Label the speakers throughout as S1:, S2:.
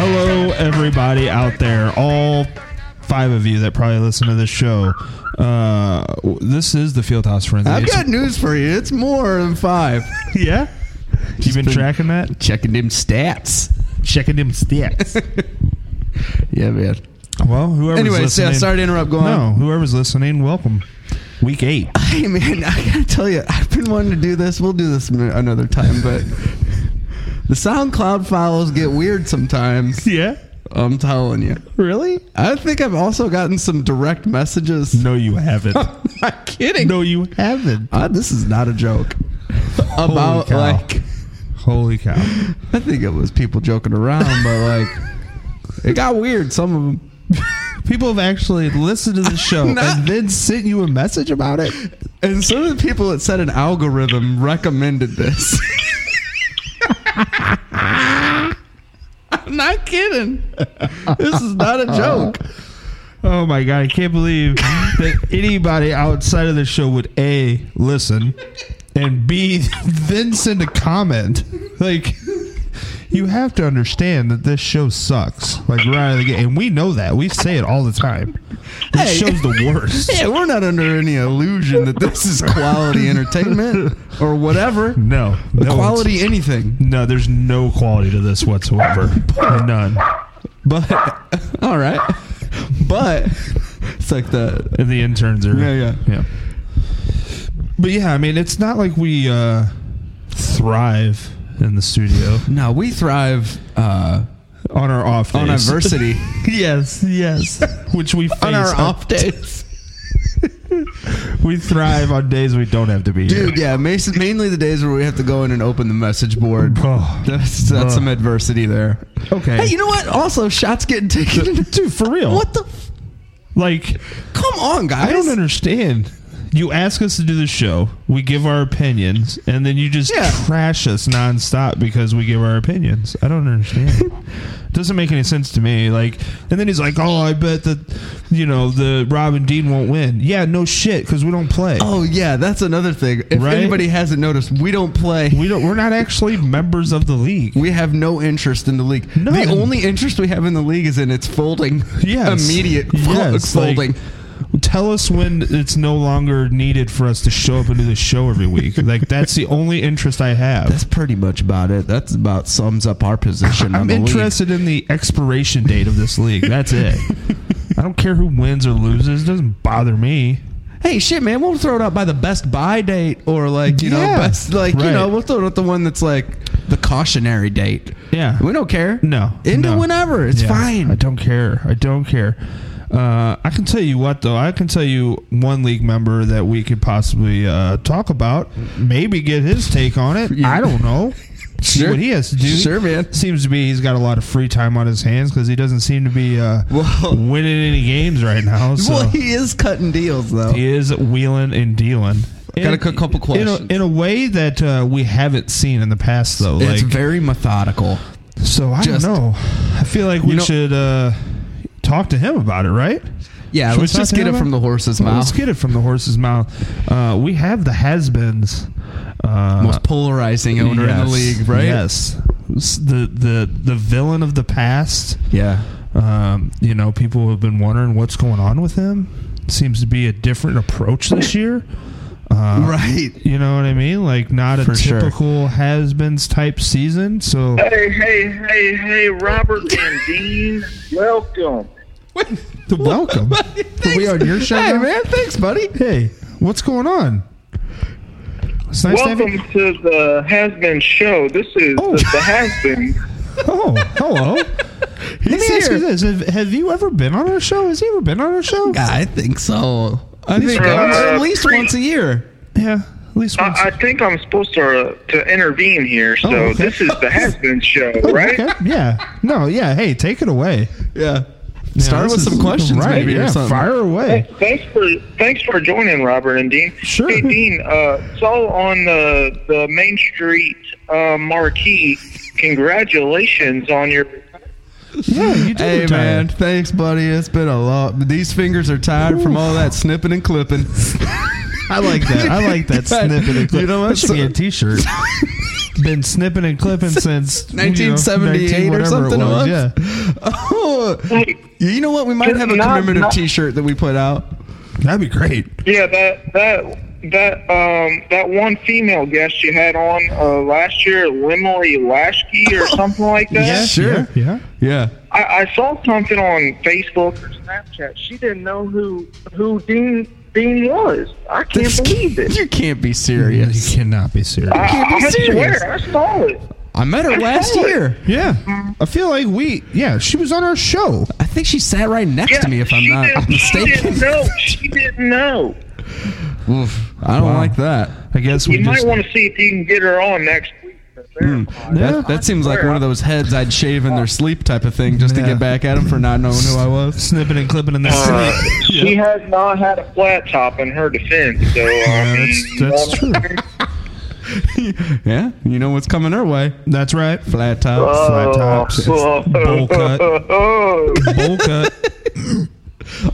S1: Hello, everybody out there, all five of you that probably listen to this show. Uh, w- this is the Fieldhouse Frenzy.
S2: I've
S1: It's-
S2: got news for you. It's more than five.
S1: Yeah, you've been,
S2: been-
S1: tracking that,
S2: Checking them stats.
S1: checking them stats.
S2: Yeah, man.
S1: well, whoever's
S2: Anyway,
S1: listening,
S2: yeah, sorry to interrupt. Go
S1: no,
S2: on.
S1: whoever's listening, welcome. Week eight.
S2: Hey, man, I gotta tell you, I've been wanting to do this. We'll do this m- another time, but the SoundCloud files get weird sometimes.
S1: Yeah,
S2: I'm telling you.
S1: really?
S2: I think I've also gotten some direct messages.
S1: No, you haven't.
S2: I'm kidding.
S1: no, you haven't.
S2: Uh, this is not a joke. About
S1: cow.
S2: like,
S1: Holy cow!
S2: I think it was people joking around, but like, it got weird. Some of them.
S1: People have actually listened to the show
S2: Not-
S1: and then sent you a message about it.
S2: And some of the people that said an algorithm recommended this. I'm not kidding. This is not a
S1: Uh-huh.
S2: joke.
S1: Oh my god, I can't believe that anybody outside of the show would A listen and B then send a comment. Like you have to understand that this show sucks. Like right out of the gate. And we know that. We say it all the time. This
S2: Hey.
S1: show's the worst.
S2: Yeah, we're not under any illusion that this is quality entertainment or whatever.
S1: No. no it's-
S2: quality anything.
S1: No, there's no quality to this whatsoever. None.
S2: But all right. But it's like the
S1: And the interns are
S2: Yeah, yeah.
S1: Yeah. But yeah, I mean it's not like we uh thrive in the studio.
S2: No, we thrive uh,
S1: on our off days.
S2: on adversity.
S1: yes, yes. Which we face.
S2: on our off days.
S1: we thrive on days we don't have to be
S2: Dude,
S1: here.
S2: yeah, mas- mainly the days where we have to go in and open the message board.
S1: Oh.
S2: That's that's
S1: Ugh.
S2: some adversity there.
S1: Okay.
S2: Hey, you know what? Also, shots getting taken.
S1: Dude, for real.
S2: what the? F-
S1: Like,
S2: Come on, guys.
S1: I don't understand. You ask us to do the show, we give our opinions, and then you just
S2: Yeah.
S1: trash us nonstop because we give our opinions. I don't understand. Doesn't make any sense to me. Like, and then he's like, "Oh, I bet that, you know, the Robin Dean won't win." Yeah, no shit, because we don't play.
S2: Oh yeah, that's another thing. If
S1: Right?
S2: anybody hasn't noticed, we don't play.
S1: We don't. We're not actually members of the league.
S2: We have no interest in the league.
S1: None.
S2: The only interest we have in the league is in its folding.
S1: Yes.
S2: Immediate fo-
S1: Yes, like,
S2: folding.
S1: tell us when it's no longer needed for us to show up and do the show every week. like that's the only interest I have.
S2: that's pretty much about it. That's about sums up our position. on
S1: I'm
S2: the league.
S1: interested in the expiration date of this league. That's it. I don't care who wins or loses. It doesn't bother me.
S2: hey shit man we'll throw it out by the best buy date or like you know
S1: Yeah.
S2: best like you
S1: Right.
S2: know we'll throw it out the one that's like the cautionary date
S1: Yeah.
S2: we don't care
S1: No.
S2: into
S1: no.
S2: whenever it's
S1: Yeah, I
S2: fine
S1: don't care. I don't care. Uh, I can tell you what though. I can tell you one league member that we could possibly uh, talk about. Maybe get his take on it.
S2: Yeah.
S1: I don't know. See
S2: Sure.
S1: what he has to do.
S2: Sure, man.
S1: Seems to be he's got a lot of free time on his hands because he doesn't seem to be uh,
S2: Well-
S1: winning any games right now. So
S2: well
S1: he,
S2: he is cutting deals though
S1: is wheeling and dealing.
S2: Got a
S1: In-
S2: couple
S1: in a-
S2: questions.
S1: in a, way that uh, we haven't seen in the past though.
S2: it's
S1: like,
S2: very methodical
S1: so I
S2: Just-
S1: don't know. I feel like we
S2: You know-
S1: should uh, talk to him about it, right?
S2: yeah
S1: Should we
S2: let's
S1: talk
S2: just
S1: to
S2: get
S1: him
S2: it from
S1: about
S2: the horse's
S1: Well, Let's
S2: mouth
S1: get it from the horse's mouth. Uh, we have the has-beens. Uh,
S2: most polarizing owner in the
S1: yes,
S2: league right
S1: Yes, S- the the the villain of the past.
S2: yeah
S1: Um, you know, people have been wondering what's going on with him. Seems to be a different approach this year. Uh,
S2: right
S1: You know what I mean? Like not a
S2: For sure.
S1: typical has-beens type season. So
S3: Hey, hey, hey, hey, Robert and Dean, welcome.
S1: welcome. Are we on your show?
S2: hey
S1: now?
S2: man thanks buddy
S1: Hey, what's going on? It's nice to have
S3: Welcome
S1: you.
S3: to the Has Been Show. This is
S1: Oh.
S3: the, Has Been.
S1: Oh, hello. Let me ask you this: have, have you ever been on our show? Has he ever been on our show?
S2: i think so i think
S3: Uh,
S2: at least
S3: pre-
S2: once a year
S1: Yeah, at least once.
S3: Uh, I, I think I'm supposed to to intervene here, so
S1: Oh, okay.
S3: this is the Has Been Show,
S1: Oh,
S3: right?
S1: okay, Yeah. No. Yeah. Hey, take it away.
S2: yeah
S1: Yeah,
S2: Start
S1: this
S2: with
S1: is-
S2: some questions,
S1: right,
S2: maybe,
S1: yeah,
S2: or something.
S1: Fire away.
S3: Thanks for thanks for joining, Robert and Dean.
S1: Sure.
S3: Hey, Dean. Uh, saw on the the Main Street uh, marquee. Congratulations on your.
S1: Yeah, you did.
S2: Hey
S1: retire.
S2: man, thanks buddy. It's been a lot. These fingers are tired from all that snipping and clipping.
S1: I like that. I like that snipping and clipping.
S2: You know what?
S1: That should be a
S2: So-
S1: T-shirt. Been snipping and clipping since you know,
S2: 1978
S1: 19
S2: or
S1: whatever it
S2: something it
S1: was,
S2: was.
S1: Yeah.
S2: Oh,
S3: Hey,
S2: you know what? We might have a
S3: Not-
S2: commemorative
S3: not-
S2: T-shirt that we put out.
S1: That'd be great.
S3: Yeah, that that that um that one female guest you had on uh, last year, Emily Lashkey
S1: Oh,
S3: or something like that.
S2: Yeah, sure.
S1: Yeah.
S2: Yeah.
S3: I, I saw something on Facebook or Snapchat. She didn't know who who Dean Dean was. I can't believe it.
S2: You can't be
S1: yeah. You
S2: serious.
S1: cannot be serious.
S3: I,
S2: can't be
S3: I
S2: serious.
S3: swear, I saw it.
S2: I met her last
S3: saw it.
S2: year.
S1: yeah. I feel like we. Yeah, she was on our show.
S2: I think she sat right next
S3: Yeah,
S2: to me, if I'm
S3: she
S2: not
S3: didn't- She
S2: mistaken.
S3: didn't know. She didn't know.
S2: Oof, I don't
S1: Wow.
S2: like that.
S1: I guess we
S3: You might
S1: just.
S3: want to see if you can get her on next week. to
S2: Hmm.
S3: verify.
S2: That, that seems like one of those heads I'd shave in their sleep type of thing just
S1: Yeah.
S2: to get back at them for not knowing who I was.
S1: Snipping and clipping in the
S3: Uh,
S1: sleep.
S3: She has not had a flat top in her defense, so uh,
S1: Yeah, that's- that's true.
S2: yeah, you know what's coming her way.
S1: That's right.
S2: Flat tops.
S1: Flat tops,
S3: uh,
S1: bowl cut. Bowl cut.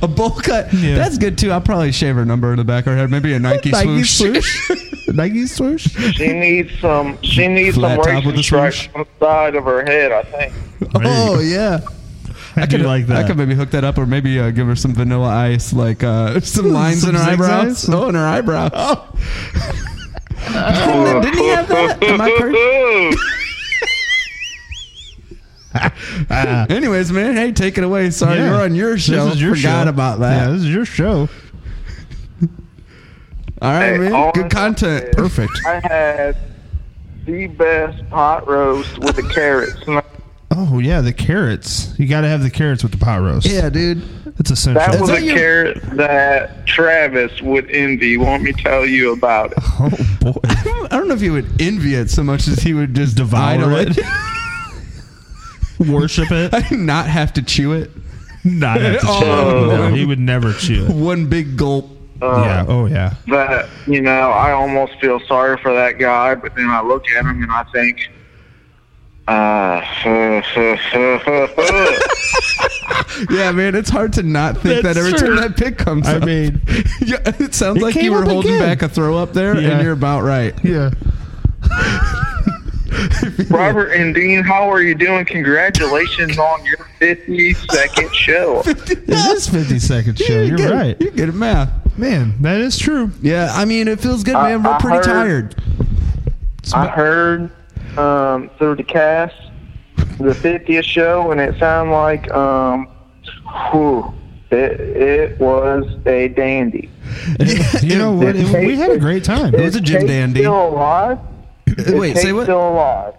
S2: A bowl cut.
S1: Yeah.
S2: That's good too. I'll probably shave her number in the back of her head. Maybe a Nike,
S1: Nike
S2: swoosh.
S1: Nike swoosh.
S3: She needs some. She needs
S2: Flat
S3: some
S2: top with
S3: racing
S2: the
S3: stripes
S2: swoosh.
S3: on the side of her head. I think.
S2: oh yeah.
S1: I, do like that.
S2: I could maybe hook that up, or maybe uh, give her some vanilla ice, like uh, some lines
S1: Some
S2: in her eyebrows.
S1: zigzags?
S2: Oh, in her eyebrow.
S3: Didn't,
S2: didn't he have that? Am I Anyways, man, hey, take it away. Sorry,
S1: Yeah.
S2: you're on your show.
S1: This is your
S2: Forgot
S1: show.
S2: about that.
S1: Yeah, this is your show.
S2: All right,
S3: Hey,
S2: man.
S3: all
S2: Good
S3: I'm
S2: content.
S3: saying-
S2: Perfect.
S3: I had the best pot roast with the carrots.
S1: Oh yeah, the carrots. You got to have the carrots with the pot roast.
S2: Yeah, dude.
S1: that's essential.
S3: That was
S2: that
S3: a
S2: your-
S3: carrot that Travis would envy. Want me to tell you about it?
S1: oh boy.
S2: I don't know if he would envy it so much as he would just
S1: Devour
S2: idle
S1: it. Worship it.
S2: not have to chew it.
S1: Not have to chew.
S2: Oh.
S1: No, he would never chew it.
S2: One big gulp.
S3: Uh,
S1: yeah. Oh yeah.
S3: That you know, I almost feel sorry for that guy, but then I look at him and I think, uh,
S2: Yeah, man, it's hard to not think
S1: That's
S2: that every
S1: true.
S2: time that pick comes
S1: I
S2: up.
S1: mean,
S2: Yeah, it sounds
S1: It
S2: like you
S1: came
S2: were
S1: up
S2: holding
S1: again.
S2: back a throw up there,
S1: Yeah.
S2: and you're about right.
S1: yeah.
S3: Robert and Dean, how are you doing? Congratulations on your 52nd show.
S1: It is 50 second show. You're
S2: good.
S1: right,
S2: You're good at math.
S1: man. That is true.
S2: Yeah, I mean, it feels good,
S3: I-
S2: man. We're
S3: I
S2: pretty
S3: heard-
S2: tired.
S3: I heard um, through the cast the 50th show, and it sounded like, um, whew, it, it was a dandy.
S1: You know what? It- we had a great time.
S2: was a gym
S3: Tate's
S2: dandy.
S3: Still alive?
S2: Uh,
S3: Is
S2: Wait,
S3: Tate
S2: say what?
S3: Still alive?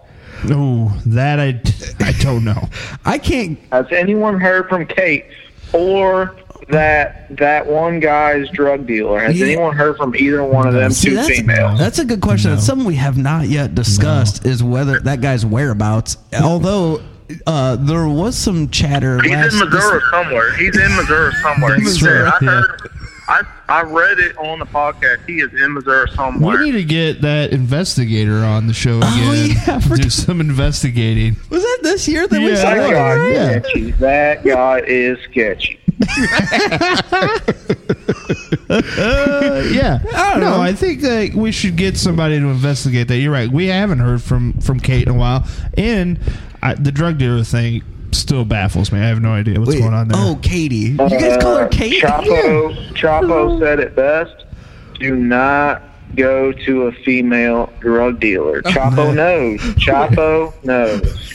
S1: Oh, that I I don't know.
S2: I can't.
S3: Has anyone heard from Kate or that that one guy's drug dealer? Has
S2: Yeah.
S3: anyone heard from either one of them
S2: See,
S3: two
S2: that's,
S3: females?
S2: that's a good question.
S1: No.
S2: That's something we have not yet discussed is whether that guy's whereabouts. Although uh, there was some chatter. last,
S3: He's in Missouri somewhere. He's in Missouri somewhere. He
S1: That's
S3: said,
S1: right,
S3: I
S1: yeah.
S3: heard. I, I read it on the podcast. He is in Missouri
S1: We
S3: somewhere.
S1: need to get that investigator on the show again.
S2: Oh, yeah, I forgot.
S1: do some investigating.
S2: Was that this year that we
S1: Yeah.
S2: saw
S3: that
S1: Right,
S3: guy is
S1: yeah.
S3: sketchy. That guy is sketchy.
S1: Uh, yeah.
S2: I don't
S1: no,
S2: know.
S1: I think that we should get somebody to investigate that. You're right. We haven't heard from from Kate in a while, and I, the drug dealer thing still baffles me. I have no idea what's
S2: Wait,
S1: going on there.
S2: Oh, Katie. You guys call her
S3: Uh,
S2: Kate?
S3: Chapo, Chapo said it best. Do not go to a female drug dealer.
S2: Oh,
S3: Chapo knows. Chapo knows.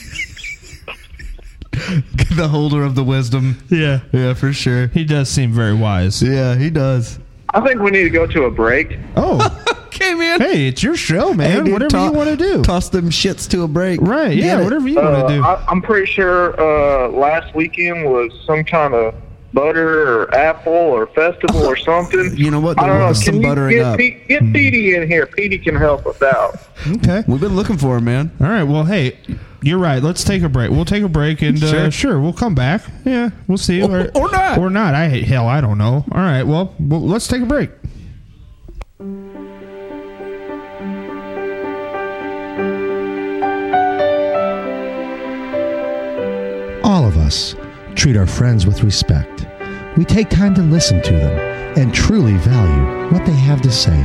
S2: the holder of the wisdom.
S1: yeah.
S2: Yeah, for sure.
S1: He does seem very wise.
S2: Yeah, he does.
S3: I think we need to go to a break.
S1: Oh,
S2: Okay, man.
S1: hey, it's your show, man.
S2: Hey, dude,
S1: whatever
S2: to-
S1: you want to do.
S2: Toss them shits to a break.
S1: right.
S2: Get
S1: Yeah.
S2: it.
S1: Whatever you
S3: Uh,
S1: want to do.
S3: I, I'm pretty sure uh, last weekend was some kind of butter or apple or festival or something.
S2: You know what?
S3: I
S2: There
S3: don't know.
S2: was some
S3: Can you
S2: buttering
S3: get,
S2: up. Hmm.
S3: Pete, get Petey in here. Petey can help us out.
S1: okay.
S2: We've been looking for him, man.
S1: All right. Well, hey, you're right. Let's take a break. We'll take a break and uh,
S2: Sure.
S1: sure. we'll come back. Yeah, we'll see.
S2: Or- or not.
S1: Or not. I hell, I don't know. All right. Well, well let's take a break.
S4: All of us treat our friends with respect. We take time to listen to them and truly value what they have to say.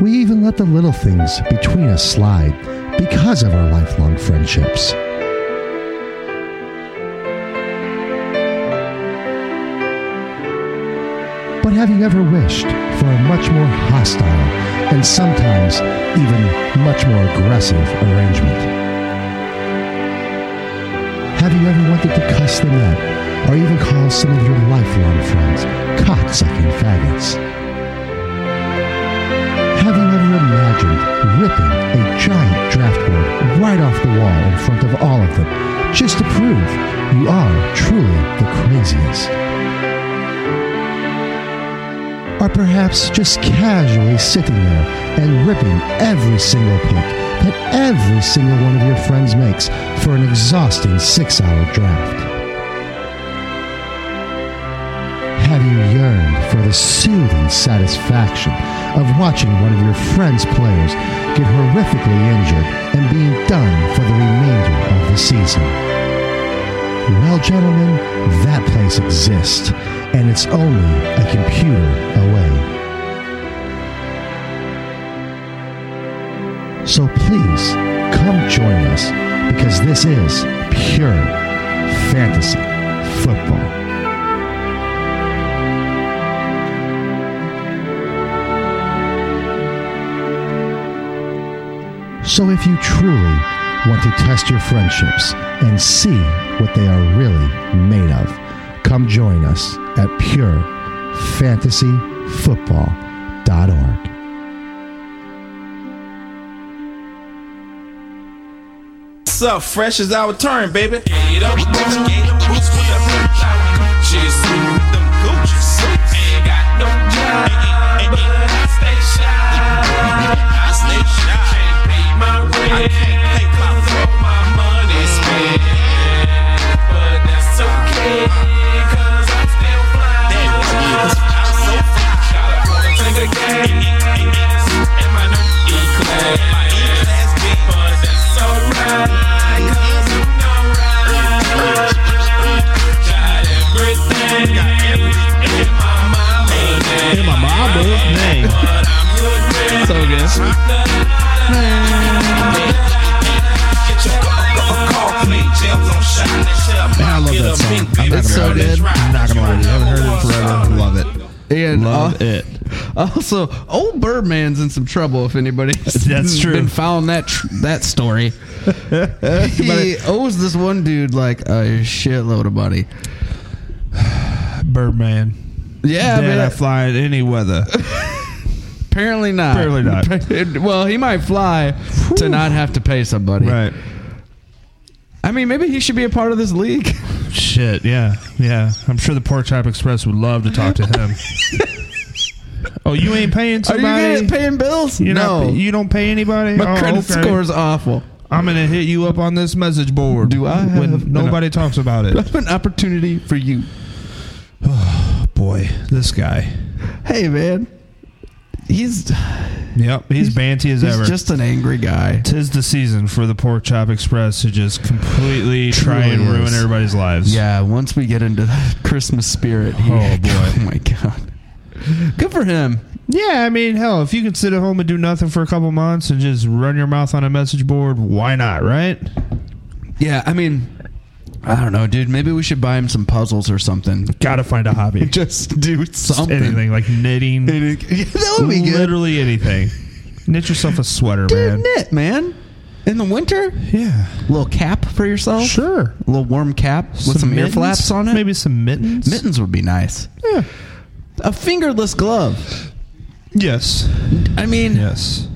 S4: We even let the little things between us slide because of our lifelong friendships. But have you ever wished for a much more hostile and sometimes even much more aggressive arrangement? Have you ever wanted to cuss them out or even call some of your lifelong friends cocksucking faggots? Have you ever imagined ripping a giant draft board right off the wall in front of all of them just to prove you are truly the craziest? Or perhaps just casually sitting there and ripping every single pick that every single one of your friends makes for an exhausting six hour draft? Have you yearned for the soothing satisfaction of watching one of your friend's players get horrifically injured and being done for the remainder of the season? Well, gentlemen, that place exists, and it's only a computer away. So please come join us because this is pure fantasy football. So if you truly want to test your friendships and see what they are really made of, come join us at purefantasyfootball.org.
S5: What's up? Fresh is our turn, baby. Get up, get up, boots for the Just with them Gucci suits. Ain't got no job. Ain't- ain't- ain't- I stay shy. I stay shy. Can't pay my rent. I can't pay my rent. My money spent. But that's okay. 'cause I'm still fly. I'm so fly. Gotta put a thing again. And my new E-class. My E-class big, but that's alright. 'cause I'm alright. Got everything, got everything in my mind.
S1: In my mama's name.
S6: So good.
S1: Man, I love that song. I'm not gonna lie to you. I'm not gonna lie to you. I haven't heard it in forever. Love it.
S2: And
S1: Love
S2: al-
S1: it.
S2: also, old Birdman's in some trouble. If anybody's
S1: That's true.
S2: been found that tr- that story, he owes this one dude like a shitload of money.
S1: Birdman.
S2: Yeah,
S1: Dad,
S2: man.
S1: I fly in any weather.
S2: apparently not.
S1: Apparently not.
S2: well, he might fly to not have to pay somebody.
S1: right.
S2: I mean, maybe he should be a part of this league.
S1: Shit. Yeah. Yeah. I'm sure the Pork Chop Express would love to talk to him. oh, you ain't paying
S2: Are you
S1: somebody.
S2: good at paying bills?
S1: You're
S2: no.
S1: not- you don't pay anybody.
S2: My
S1: Oh,
S2: credit
S1: okay.
S2: score's awful.
S1: I'm gonna hit you up on this message board.
S2: Do I have
S1: when
S2: an-
S1: nobody talks about
S2: I
S1: it?
S2: have an opportunity for you.
S1: Boy, this guy.
S2: Hey, man. He's,
S1: Yep, he's, banty as ever.
S2: he's just an angry guy.
S1: Tis the season for the Pork Chop Express to just completely try
S2: Truly
S1: and ruin
S2: is.
S1: everybody's lives.
S2: Yeah, once we get into the Christmas spirit. he-
S1: Oh, boy.
S2: Oh, my God. Good for him.
S1: Yeah, I mean, hell, if you can sit at home and do nothing for a couple months and just run your mouth on a message board, why not, right?
S2: Yeah, I mean, I don't know, dude. Maybe we should buy him some puzzles or something.
S1: Gotta find a hobby.
S2: Just do something.
S1: anything like knitting.
S2: Yeah, that would be good.
S1: Literally anything. Knit yourself a sweater,
S2: Dude,
S1: man.
S2: knit, man. In the winter,
S1: Yeah.
S2: little cap for yourself.
S1: Sure.
S2: A little warm cap with some, ear
S1: mittens?
S2: flaps on it.
S1: Maybe some mittens.
S2: mittens would be nice.
S1: Yeah.
S2: A fingerless glove.
S1: Yes.
S2: I mean,
S1: Yes.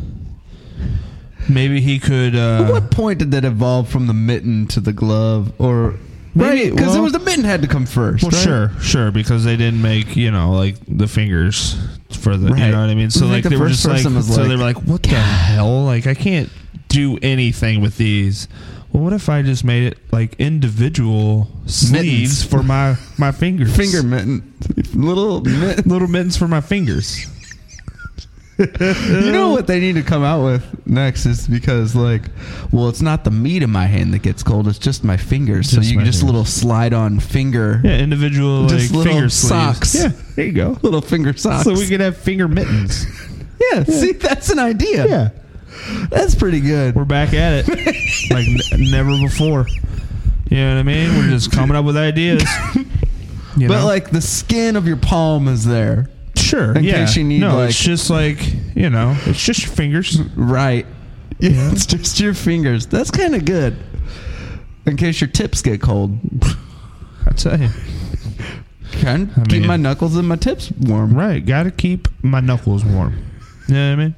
S1: Maybe he could. Uh,
S2: at what point did that evolve from the mitten to the glove, or right? Because
S1: well-
S2: it was the mitten had to come first.
S1: Well,
S2: right?
S1: sure, sure, because they didn't make you know like the fingers for the you
S2: Right.
S1: know what I mean. So
S2: I think
S1: like
S2: the
S1: they were
S2: first
S1: just like,
S2: person was
S1: so
S2: like,
S1: they were like, what the hell? Like I can't do anything with these. Well, what if I just made it like individual sleeves for my my fingers,
S2: Finger mitten, little mitten.
S1: little mittens for my fingers.
S2: you know what they need to come out with next is because like, well, it's not the meat of my hand that gets cold; it's just my fingers. so
S1: Just
S2: you
S1: my
S2: can just
S1: fingers.
S2: little slide on finger,
S1: Yeah, individual
S2: Just
S1: like
S2: little
S1: finger
S2: socks.
S1: sleeves. Yeah, there you go.
S2: little finger socks.
S1: So we could have finger mittens.
S2: yeah, see, that's an idea.
S1: yeah,
S2: that's pretty good.
S1: we're back at it like n- never before. You know what I mean? We're just coming up with ideas. You
S2: but
S1: know?
S2: like the skin of your palm is there.
S1: Sure.
S2: In
S1: yeah.
S2: case you need,
S1: no,
S2: like-
S1: it's just like you know, it's just your fingers.
S2: Right. Yeah, it's just your fingers. That's kind of good. In case your tips get cold.
S1: I tell you.
S2: Can
S1: I
S2: keep
S1: mean-
S2: my knuckles and my tips warm.
S1: Right. Got to keep my knuckles warm. You know what I mean?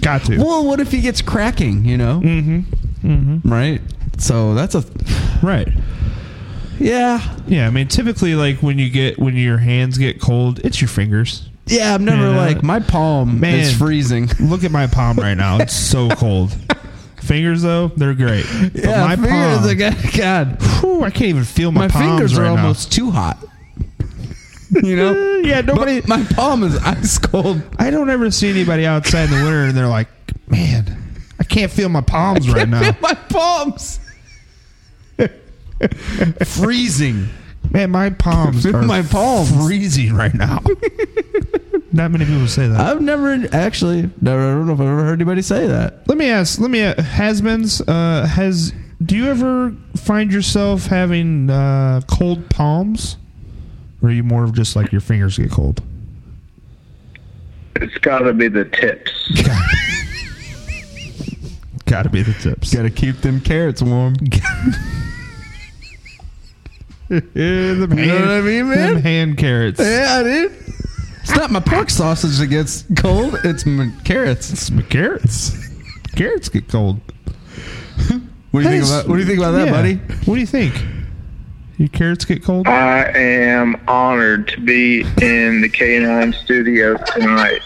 S1: Got to.
S2: Well, what if he gets cracking, you know?
S1: mm-hmm. Mm-hmm.
S2: Right? So that's a.
S1: Right.
S2: Yeah.
S1: Yeah. I mean, typically, like when you get when your hands get cold, it's your fingers.
S2: Yeah, I'm never
S1: Yeah.
S2: like, my palm
S1: Man.
S2: is freezing.
S1: Look at my palm right now. It's so cold. Fingers though, they're great. But
S2: yeah,
S1: my
S2: my
S1: palm,
S2: fingers, palm. God.
S1: whew, I can't even feel my,
S2: My,
S1: palms
S2: fingers
S1: right
S2: are
S1: now.
S2: almost too hot. You know?
S1: Yeah, nobody.
S2: But my palm is ice cold.
S1: I don't ever see anybody outside in the winter and they're like, man, I can't feel my palms right now.
S2: my palms. freezing.
S1: Man, my palms
S2: Feel
S1: are
S2: my palms.
S1: freezing right now. Uh, Not many people say that.
S2: I've never actually. Never, I don't know if I've ever heard anybody say that.
S1: let me ask. Let me. a- Has-beens. Uh, has. Do you ever find yourself having uh, cold palms, or are you more of just like your fingers get cold?
S3: It's got to be the tips.
S1: Got to be the tips.
S2: Gotta keep them carrots warm.
S1: the
S2: You know what I mean, man?
S1: Them hand carrots.
S2: Yeah, dude. It's not my pork sausage that gets cold. It's my carrots.
S1: Some carrots. Carrots get cold.
S2: What do you think
S1: That's-
S2: about? What do you think about that,
S1: yeah.
S2: buddy?
S1: What do you think? Your carrots get cold?
S3: I am honored to be in the K9 studio tonight.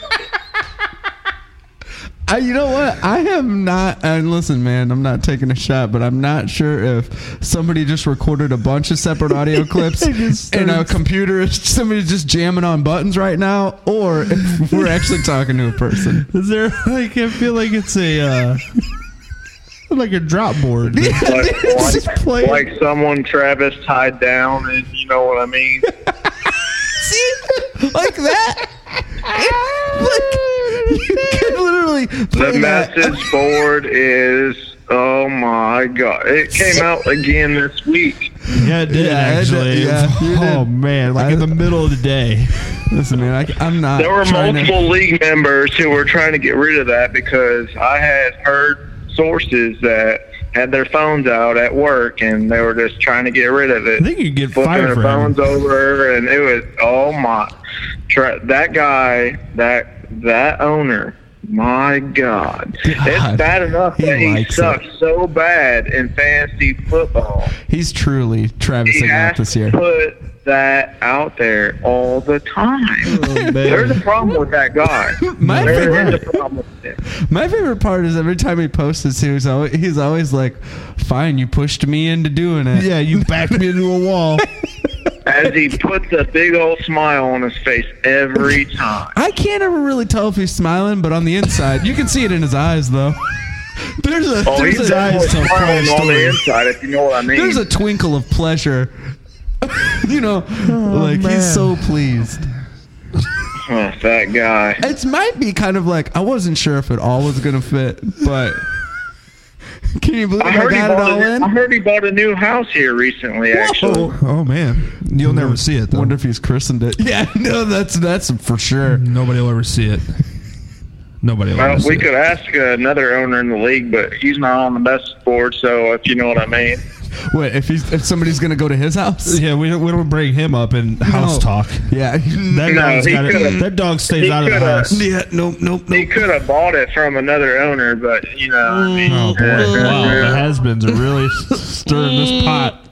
S2: I, you know what? I am not. And listen, man, I'm not taking a shot, but I'm not sure if somebody just recorded a bunch of separate audio clips
S1: just
S2: and a
S1: started-
S2: computer. is- Somebody's just jamming on buttons right now, or if we're actually talking to a person.
S1: Is there like I feel like it's a uh, like a drop board.
S3: Like,
S1: Just play it.
S3: like, like someone Travis tied down, and you know what I mean?
S2: See, like that. Like, you could literally play
S3: The
S2: that.
S3: message board is, oh my God. It came out again this week.
S1: Yeah, it did
S2: Yeah, it
S1: actually.
S2: did, yeah, you
S1: oh
S2: did.
S1: man, like in the middle of the day.
S2: Listen, man, I, am not.
S3: There were
S2: trying to-
S3: multiple league members who were trying to get rid of that because I had heard sources that had their phones out at work and they were just trying to get rid of it.
S1: I think you get
S3: flipping
S1: fired
S3: their
S1: for having-
S3: phones over, and it was oh my, tra- that guy, that that owner, my God,
S2: God.
S3: it's bad enough
S2: He
S3: that he
S2: likes
S3: sucks so bad in fantasy football.
S2: He's truly Travis
S3: He
S2: Ignat
S3: has
S2: this
S3: to
S2: year.
S3: put that out there all the time. There's a problem with that guy.
S2: Oh, My
S3: there is a
S2: favorite-
S3: problem with it.
S2: My favorite part is every time he posts this, he was always, he's always like, "Fine, you pushed me into doing it."
S1: Yeah, you backed me into a wall.
S3: As he puts a big old smile on his face every time.
S2: I can't ever really tell if he's smiling, but on the inside, you can see it in his eyes, though. There's a
S3: Oh,
S2: there's,
S3: he's
S2: a,
S3: always
S1: tell a funny
S3: smiling on
S1: story.
S3: the inside, if you know what I mean.
S2: there's a twinkle of pleasure. you know, like
S1: man.
S2: he's so pleased.
S3: Oh, that guy.
S2: It might be kind of like I wasn't sure if it all was gonna fit, but can you believe
S3: I
S2: I,
S3: heard, he
S2: got it
S3: bought
S2: all
S3: a,
S2: in?
S3: new- I heard he bought a new house here recently, actually.
S1: Oh, oh, man, you'll never see it. Though.
S2: Wonder if he's christened it. Yeah, no, that's that's for sure.
S1: Nobody will ever see it. Nobody will.
S3: Well,
S1: ever see
S3: we
S1: it.
S3: could ask uh, another owner in the league, but he's not on the message board, so if you know what I mean.
S1: Mm-hmm.
S2: Wait, if he's if somebody's gonna go to his house?
S1: Yeah, we don't, we don't bring him up in house
S2: No.
S1: talk.
S2: Yeah.
S1: That
S3: No,
S1: dog's
S3: he
S1: got it.
S3: could've-
S1: That dog stays
S3: he
S1: out of the
S3: could've-
S1: house.
S2: yeah. Nope. Nope.
S3: He could have bought it from another owner, but you know, I mean,
S1: Oh boy!
S3: uh,
S1: Wow,
S3: uh,
S1: the has-beens are really stirring this pot.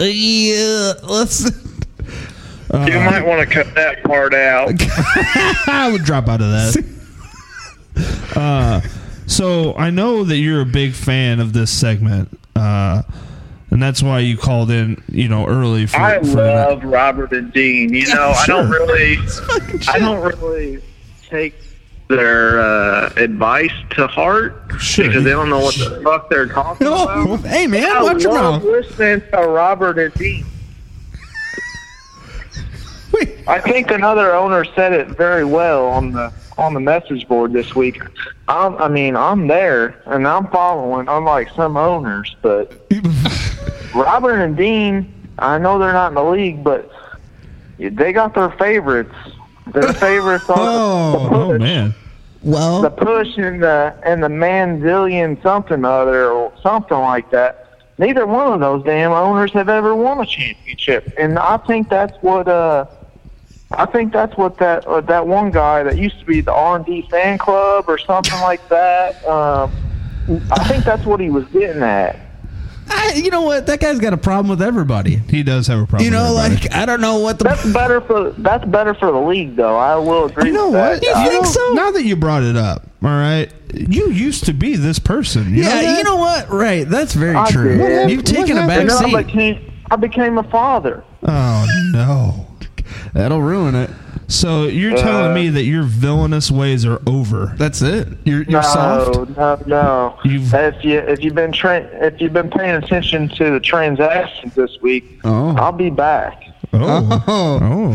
S2: yeah. Let's. Mm.
S3: you might want to cut that part out.
S1: I would drop out of that. uh, so I know that you're a big fan of this segment, uh, and that's why you called in, you know, early. For,
S3: I
S1: for
S3: love Robert and Dean. You know, I
S1: sure.
S3: don't really, I don't really take their uh, advice to heart
S1: Sure.
S3: because they don't know what the fuck they're talking
S1: Oh,
S2: No.
S3: about.
S2: Hey, man.
S3: I
S2: watch your mouth.
S3: love listening to Robert and Dean.
S2: Wait.
S3: I think another owner said it very well on the on the message board this week. I'm, I mean, I'm there and I'm following, unlike some owners. But Robert and Dean, I know they're not in the league, but they got their favorites. Their favorite song.
S1: Oh, oh man.
S3: the
S2: Well,
S3: push and the and the manzillion something or other or something like that. Neither one of those damn owners have ever won a championship, and I think that's what uh, I think that's what that uh, that one guy that used to be the R and D fan club or something like that. Um, I think that's what he was getting at.
S2: I, you know what? That guy's got a problem with everybody.
S1: He does have a problem.
S2: You know,
S1: with everybody.
S2: like I don't know what the.
S3: That's better for that's better for the league, though. I will agree.
S1: You know
S3: with
S1: what?
S3: that.
S2: You
S3: I-
S2: think so?
S1: Now that you brought it up, all right, you used to be this person. You know
S2: yeah,
S1: that?
S2: you know what? Right. That's very
S3: I
S2: true.
S3: did. What hap-
S2: You've
S1: what
S2: taken a back
S1: happened?
S3: And then I
S2: seat.
S3: became I became a father.
S1: Oh no!
S2: That'll ruin it.
S1: So you're
S3: Uh,
S1: telling me that your villainous ways are over?
S2: That's it. You're, you're
S3: no,
S2: soft.
S3: no, no.
S1: You've-
S3: if you if you've been tra- if you've been paying attention to the transactions this week,
S2: Oh.
S3: I'll be back.
S1: Oh,
S2: Oh.
S1: oh,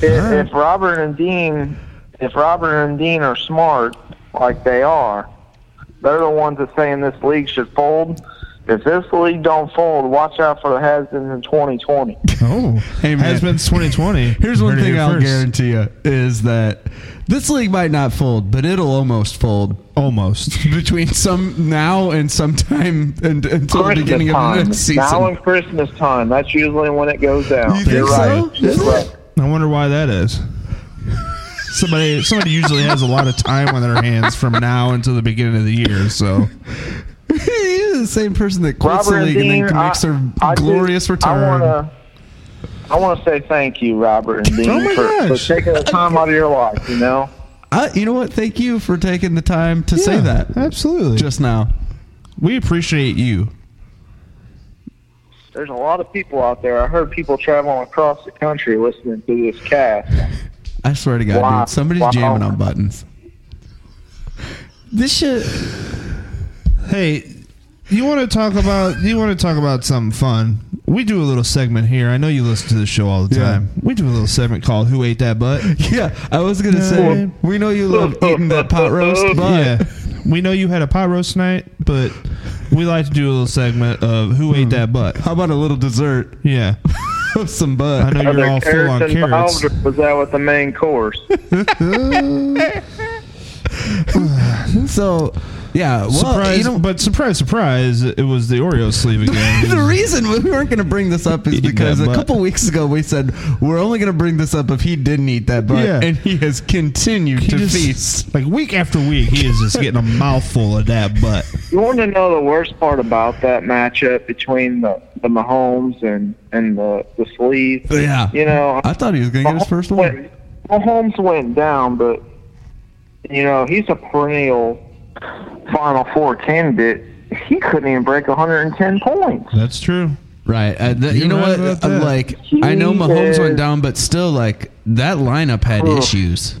S3: If, if Robert and Dean, if Robert and Dean are smart like they are, they're the ones that saying this league should fold. If this league don't fold, watch out for the Hasbins in 2020.
S1: oh.
S2: Hey, man.
S1: has been 2020.
S2: Here's one
S1: Heard it
S2: thing
S1: here
S2: I'll
S1: first.
S2: guarantee you is that this league might not fold, but it'll almost fold
S1: Almost.
S2: between some now and sometime and, until the
S3: Christmas
S2: beginning of the
S3: time,
S2: next season.
S3: now and Christmas time. That's usually when it goes down.
S2: You think
S3: You're
S2: so?
S3: right. You're right.
S1: I wonder why that is. Somebody, somebody usually has a lot of time on their hands from now until the beginning of the year. So
S2: He's the same person that quits the
S3: Robert and
S2: league and,
S3: Dean,
S2: then makes their
S3: I, I
S2: glorious
S3: do,
S2: return.
S3: I wanna, I wanna say thank you, Robert and Dean,
S1: Oh my
S3: for, for
S1: gosh.
S3: taking the time out of your life. You know,
S2: Uh, you know what? Thank you for taking the time to say
S1: Yeah,
S2: that
S1: absolutely.
S2: just now.
S1: we appreciate you.
S3: there's a lot of people out there. I heard people traveling across the country listening to this cast.
S2: I swear to God,
S3: Wow.
S2: dude, somebody's
S3: Wow.
S2: jamming on buttons. This shit.
S1: Hey, you want to talk about you want to talk about something fun? We do a little segment here. I know you listen to the show all the
S2: Yeah.
S1: time. We do a little segment called "Who Ate That Butt."
S2: Yeah, I was gonna say we know you love eating that pot roast, but
S1: yeah, we know you had a pot roast night, but we like to do a little segment of "Who
S2: Hmm.
S1: Ate That Butt."
S2: how about a little dessert
S1: Yeah,
S2: of some
S1: I
S2: butt?
S1: know
S3: Are
S1: you're
S3: there
S1: all full on
S3: carrots involved,
S1: carrots.
S3: or was that with the main course?
S2: So, yeah, well,
S1: surprise,
S2: you know,
S1: but surprise, surprise, it was the Oreo sleeve again.
S2: the reason we weren't gonna bring this up is
S1: Eating
S2: because
S1: that
S2: a
S1: butt.
S2: couple weeks ago we said we're only gonna bring this up if he didn't eat that butt,
S1: Yeah.
S2: and he has continued
S1: He
S2: to
S1: just-
S2: feast.
S1: Like week after week, he is just getting a mouthful of that butt.
S3: You want to know the worst part about that matchup between the the Mahomes and and the the sleeve?
S2: Yeah,
S3: You know,
S2: I thought he was gonna get his first one.
S3: Went, Mahomes went down, but you know he's a perennial Final Four candidate. He couldn't even break 110 points.
S1: That's true.
S2: Right. Uh, th- you
S1: You're
S2: know
S1: right
S2: what?
S1: about
S2: Uh,
S1: that.
S2: Like, I know Mahomes went down, but still, like, that lineup had
S1: Oh.
S3: Ugh.
S2: issues.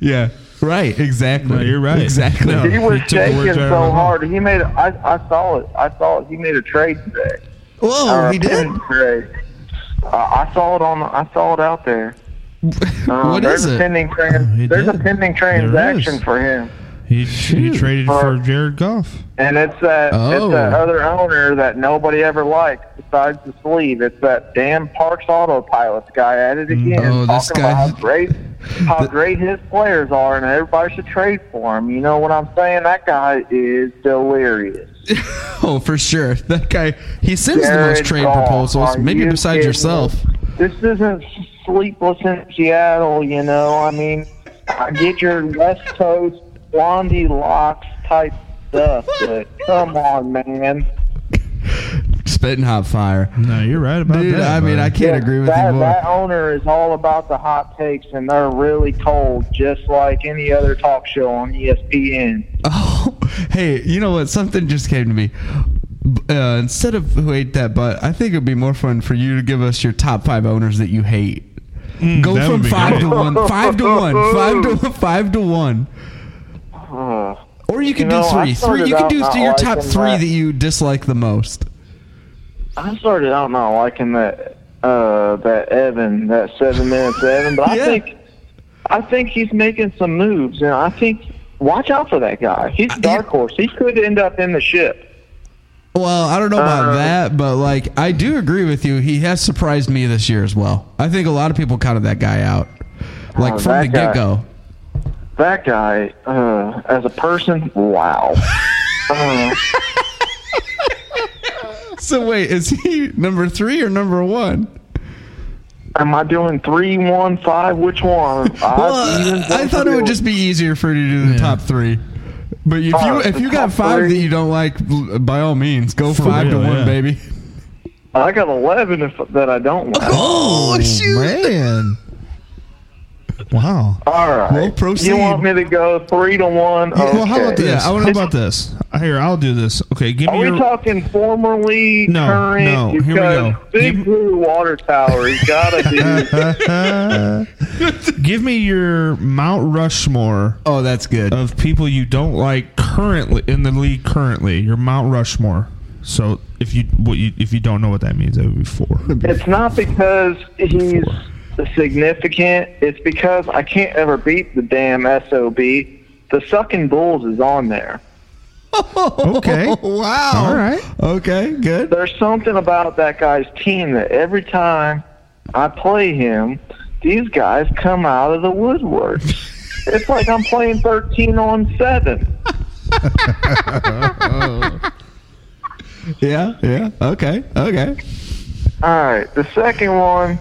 S2: Yeah. Right. Exactly.
S1: No, you're right.
S2: Exactly.
S1: No.
S3: he was
S1: He took the words out
S3: shaking
S1: of my
S3: so
S1: mouth.
S3: hard. He made. I I saw it. I saw it. He made a trade today.
S1: Oh,
S2: Whoa,
S3: Or
S2: he
S3: a
S2: did?
S3: pending Trade. Uh, I saw it on. I saw it out there. Uh,
S2: what
S3: there's
S2: is
S3: a
S2: it?
S3: pending trans-
S1: Oh, he
S3: There's a
S1: did.
S3: pending transaction for him.
S1: He, he traded for Jared Goff.
S3: And it's that
S2: Oh.
S3: it's that other owner that nobody ever likes besides the sleeve. It's that damn Parks autopilot guy at it again,
S2: Oh, this
S3: talking
S2: guy-
S3: about how great how great his players are and everybody should trade for him. You know what I'm saying? That guy is delirious.
S2: Oh, for sure. That guy, he sends the most
S3: Jared
S2: trade
S3: Goff,
S2: proposals,
S3: are
S2: maybe
S3: you
S2: besides
S3: kidding
S2: yourself.
S3: me? This isn't sleepless in Seattle, you know. I mean, I get your West Coast blondie locks type stuff, but come on, man.
S2: Spitting hot fire.
S1: No, you're right about
S2: Dude,
S1: that.
S2: I mean,
S1: buddy.
S2: I can't
S3: Yeah,
S2: agree with
S3: that,
S2: you more.
S3: That owner is all about the hot takes, and they're really cold, just like any other talk show on E ESPN.
S2: Oh, hey, you know what? Something just came to me. B- Uh, instead of who ate that butt, I think it would be more fun for you to give us your top five owners that you hate. Go
S1: Mm, that
S2: from
S1: would be
S2: five
S1: great.
S2: to one, five to one, five to one, five to one.
S3: Ugh.
S2: Or you could
S3: Hmm. know,
S2: do three.
S3: I
S2: Three.
S3: started
S2: You could
S3: out
S2: do
S3: not
S2: your top
S3: liking
S2: three
S3: that.
S2: that you dislike the most.
S3: I started out not liking that uh, that Evan, that seven minutes Evan, but
S2: Yeah.
S3: I think I think he's making some moves, and I think watch out for that guy. He's a dark horse. He could end up in the ship.
S2: Well, I don't know about
S3: Uh,
S2: that, but like I do agree with you. He has surprised me this year as well. I think a lot of people counted that guy out, like
S3: Oh,
S2: from
S3: that
S2: the
S3: guy.
S2: get go.
S3: That guy, uh, as a person, wow. Uh,
S2: So wait, is he number three or number one?
S3: am I doing three, one, five? Which one? I,
S2: Well, I thought it would just be easier for you to do the top three. But if
S3: Oh,
S2: you if
S3: the
S2: you got
S3: top
S2: five that
S3: three?
S2: you don't like, l- by all means, go five
S1: real,
S2: to one,
S1: yeah.
S2: baby.
S3: I got eleven if, that I don't like.
S2: Oh,
S1: man. Wow.
S3: All right.
S2: Well, proceed.
S3: You want me to go three to one? Okay.
S1: Well, how about this?
S2: Yeah, I wanna-
S1: how about this? Here, I'll do this. Okay, give
S3: Are
S1: me
S3: we
S1: your.
S3: talking formerly,
S1: No,
S3: current?
S1: no,
S3: You've
S1: here we
S3: got
S1: go.
S3: Big
S1: Give-
S3: Blue Water Tower. You gotta do.
S1: give me your Mount Rushmore
S2: Oh, that's good.
S1: of people you don't like currently in the league. Currently, your Mount Rushmore. So if you what you if you don't know what that means, that would be four.
S3: It's not because he's significant. It's because I can't ever beat the damn sob. The sucking bulls is on there.
S1: Okay.
S2: Oh, wow.
S1: All right.
S2: Okay. Good.
S3: There's something about that guy's team that every time I play him, these guys come out of the woodwork. it's like I'm playing 13 on seven.
S2: Yeah. Yeah. Okay. Okay.
S3: All right, the second one,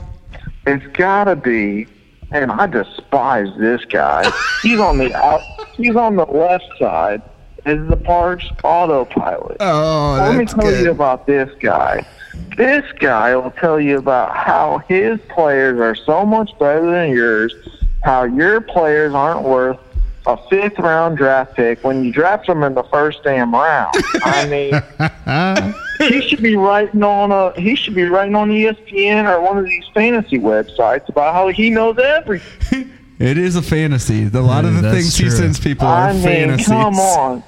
S3: it's gotta be, and I despise this guy. He's on the out, he's on the left side. Is the park's autopilot.
S2: Oh,
S3: Let me
S2: that's
S3: tell you
S2: good.
S3: about this guy. This guy will tell you about how his players are so much better than yours, how your players aren't worth a fifth round draft pick when you draft them in the first damn round. I mean, he should be writing on a he should be writing on E ESPN or one of these fantasy websites about how he knows everything.
S2: It is a fantasy. A lot
S1: Mm,
S2: of the
S1: that's
S2: things he
S1: true.
S2: sends people are
S3: I mean,
S2: fantasies.
S3: come on.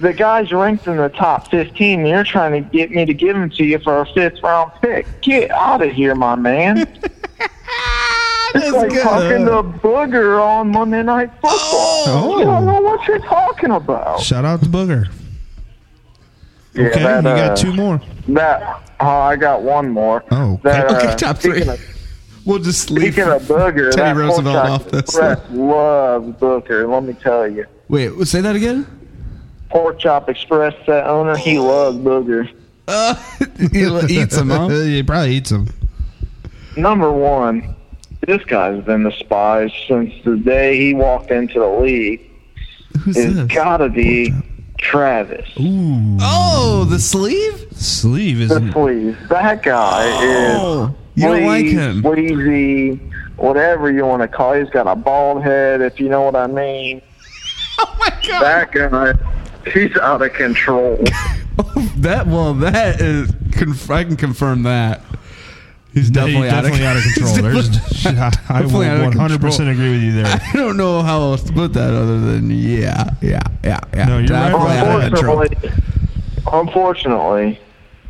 S3: The guy's ranked in the top 15, and you're trying to get me to give him to you for a fifth round pick. Get out of here, my man. It's like talking to a booger on Monday Night Football.
S2: Oh.
S3: You don't know what you're talking about.
S1: Shout out to Booger.
S3: Yeah,
S1: Okay,
S3: that,
S1: you
S3: uh,
S1: got two more.
S3: That, oh, I got one more.
S1: Oh,
S3: That,
S2: okay,
S3: uh,
S2: top three.
S3: speaking of-
S2: We'll just leave.
S3: Speaking of Booger,
S2: Teddy
S3: that
S2: Roosevelt
S3: Pork Chop
S2: off this.
S3: Express loves Booker. Let me tell you,
S2: Wait, say that again.
S3: Pork Chop Express that owner, he loves Booger.
S2: Uh, he eats them, huh?
S1: he probably eats them.
S3: Number one, this guy's been despised since the day he walked into the league.
S2: Who's
S3: It's
S2: this?
S3: gotta be Travis.
S1: Ooh,
S2: Oh, the sleeve.
S1: sleeve is.
S3: The please, that guy
S2: Oh,
S3: is
S2: you don't like him.
S3: Wheezy, whatever you want to call. It. He's got a bald head, if you know what I mean.
S2: Oh my god.
S3: That guy, he's out of control.
S2: That well, that is. Conf- I can confirm that. He's definitely,
S1: definitely out of control.
S2: He's
S1: There's, I, I will
S2: definitely out of
S1: 100 percent
S2: control.
S1: agree with you there.
S2: I don't know how else to put that other than yeah, yeah, yeah, yeah.
S1: No, you're right
S2: Definitely
S1: about
S2: out of control.
S3: Unfortunately, unfortunately,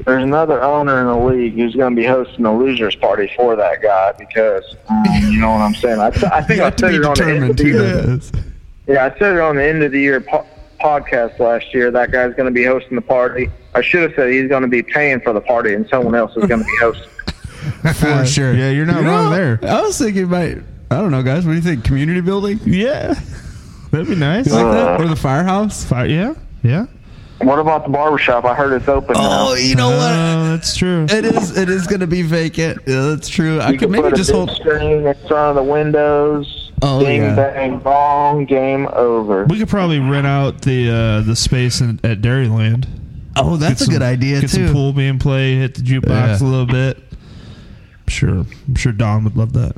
S3: there's another owner in the league who's going to be hosting a losers party for that guy because um, you know what I'm saying. I, I think
S2: You
S3: I
S2: have to
S3: said
S2: be
S3: it on the end of
S2: determined.
S3: the
S2: Who
S3: year.
S2: that is.
S3: Yeah, I said it on the end of the year po- podcast last year. That guy's going to be hosting the party. I should have said he's going to be paying for the party, and someone else is going to be hosting.
S2: for sure.
S1: Yeah, you're not
S2: You
S1: wrong
S2: know,
S1: there.
S2: I was thinking about. I don't know, guys. What do you think? Community building? You
S1: Yeah, that'd be nice.
S2: like that?
S3: Uh.
S2: Or the firehouse?
S1: Fi- uh, yeah, yeah.
S3: What about the barbershop? I heard it's open now.
S2: you know
S1: Oh, that's true.
S2: Uh. It is. It is gonna be vacant. Yeah, that's true. I
S3: You
S2: could
S3: can
S2: maybe
S3: put a
S2: just
S3: big
S2: hold.
S3: screen in front of the windows.
S2: Oh,
S3: Ding
S2: yeah.
S3: bang bong, game over.
S1: We could probably rent out the uh, the space in, at Dairyland.
S2: Oh, that's
S1: Get
S2: a good
S1: some-
S2: idea
S1: Get
S2: too.
S1: some pool being played. Hit the jukebox
S2: Yeah.
S1: a little bit. I'm sure, I'm sure Don would love that.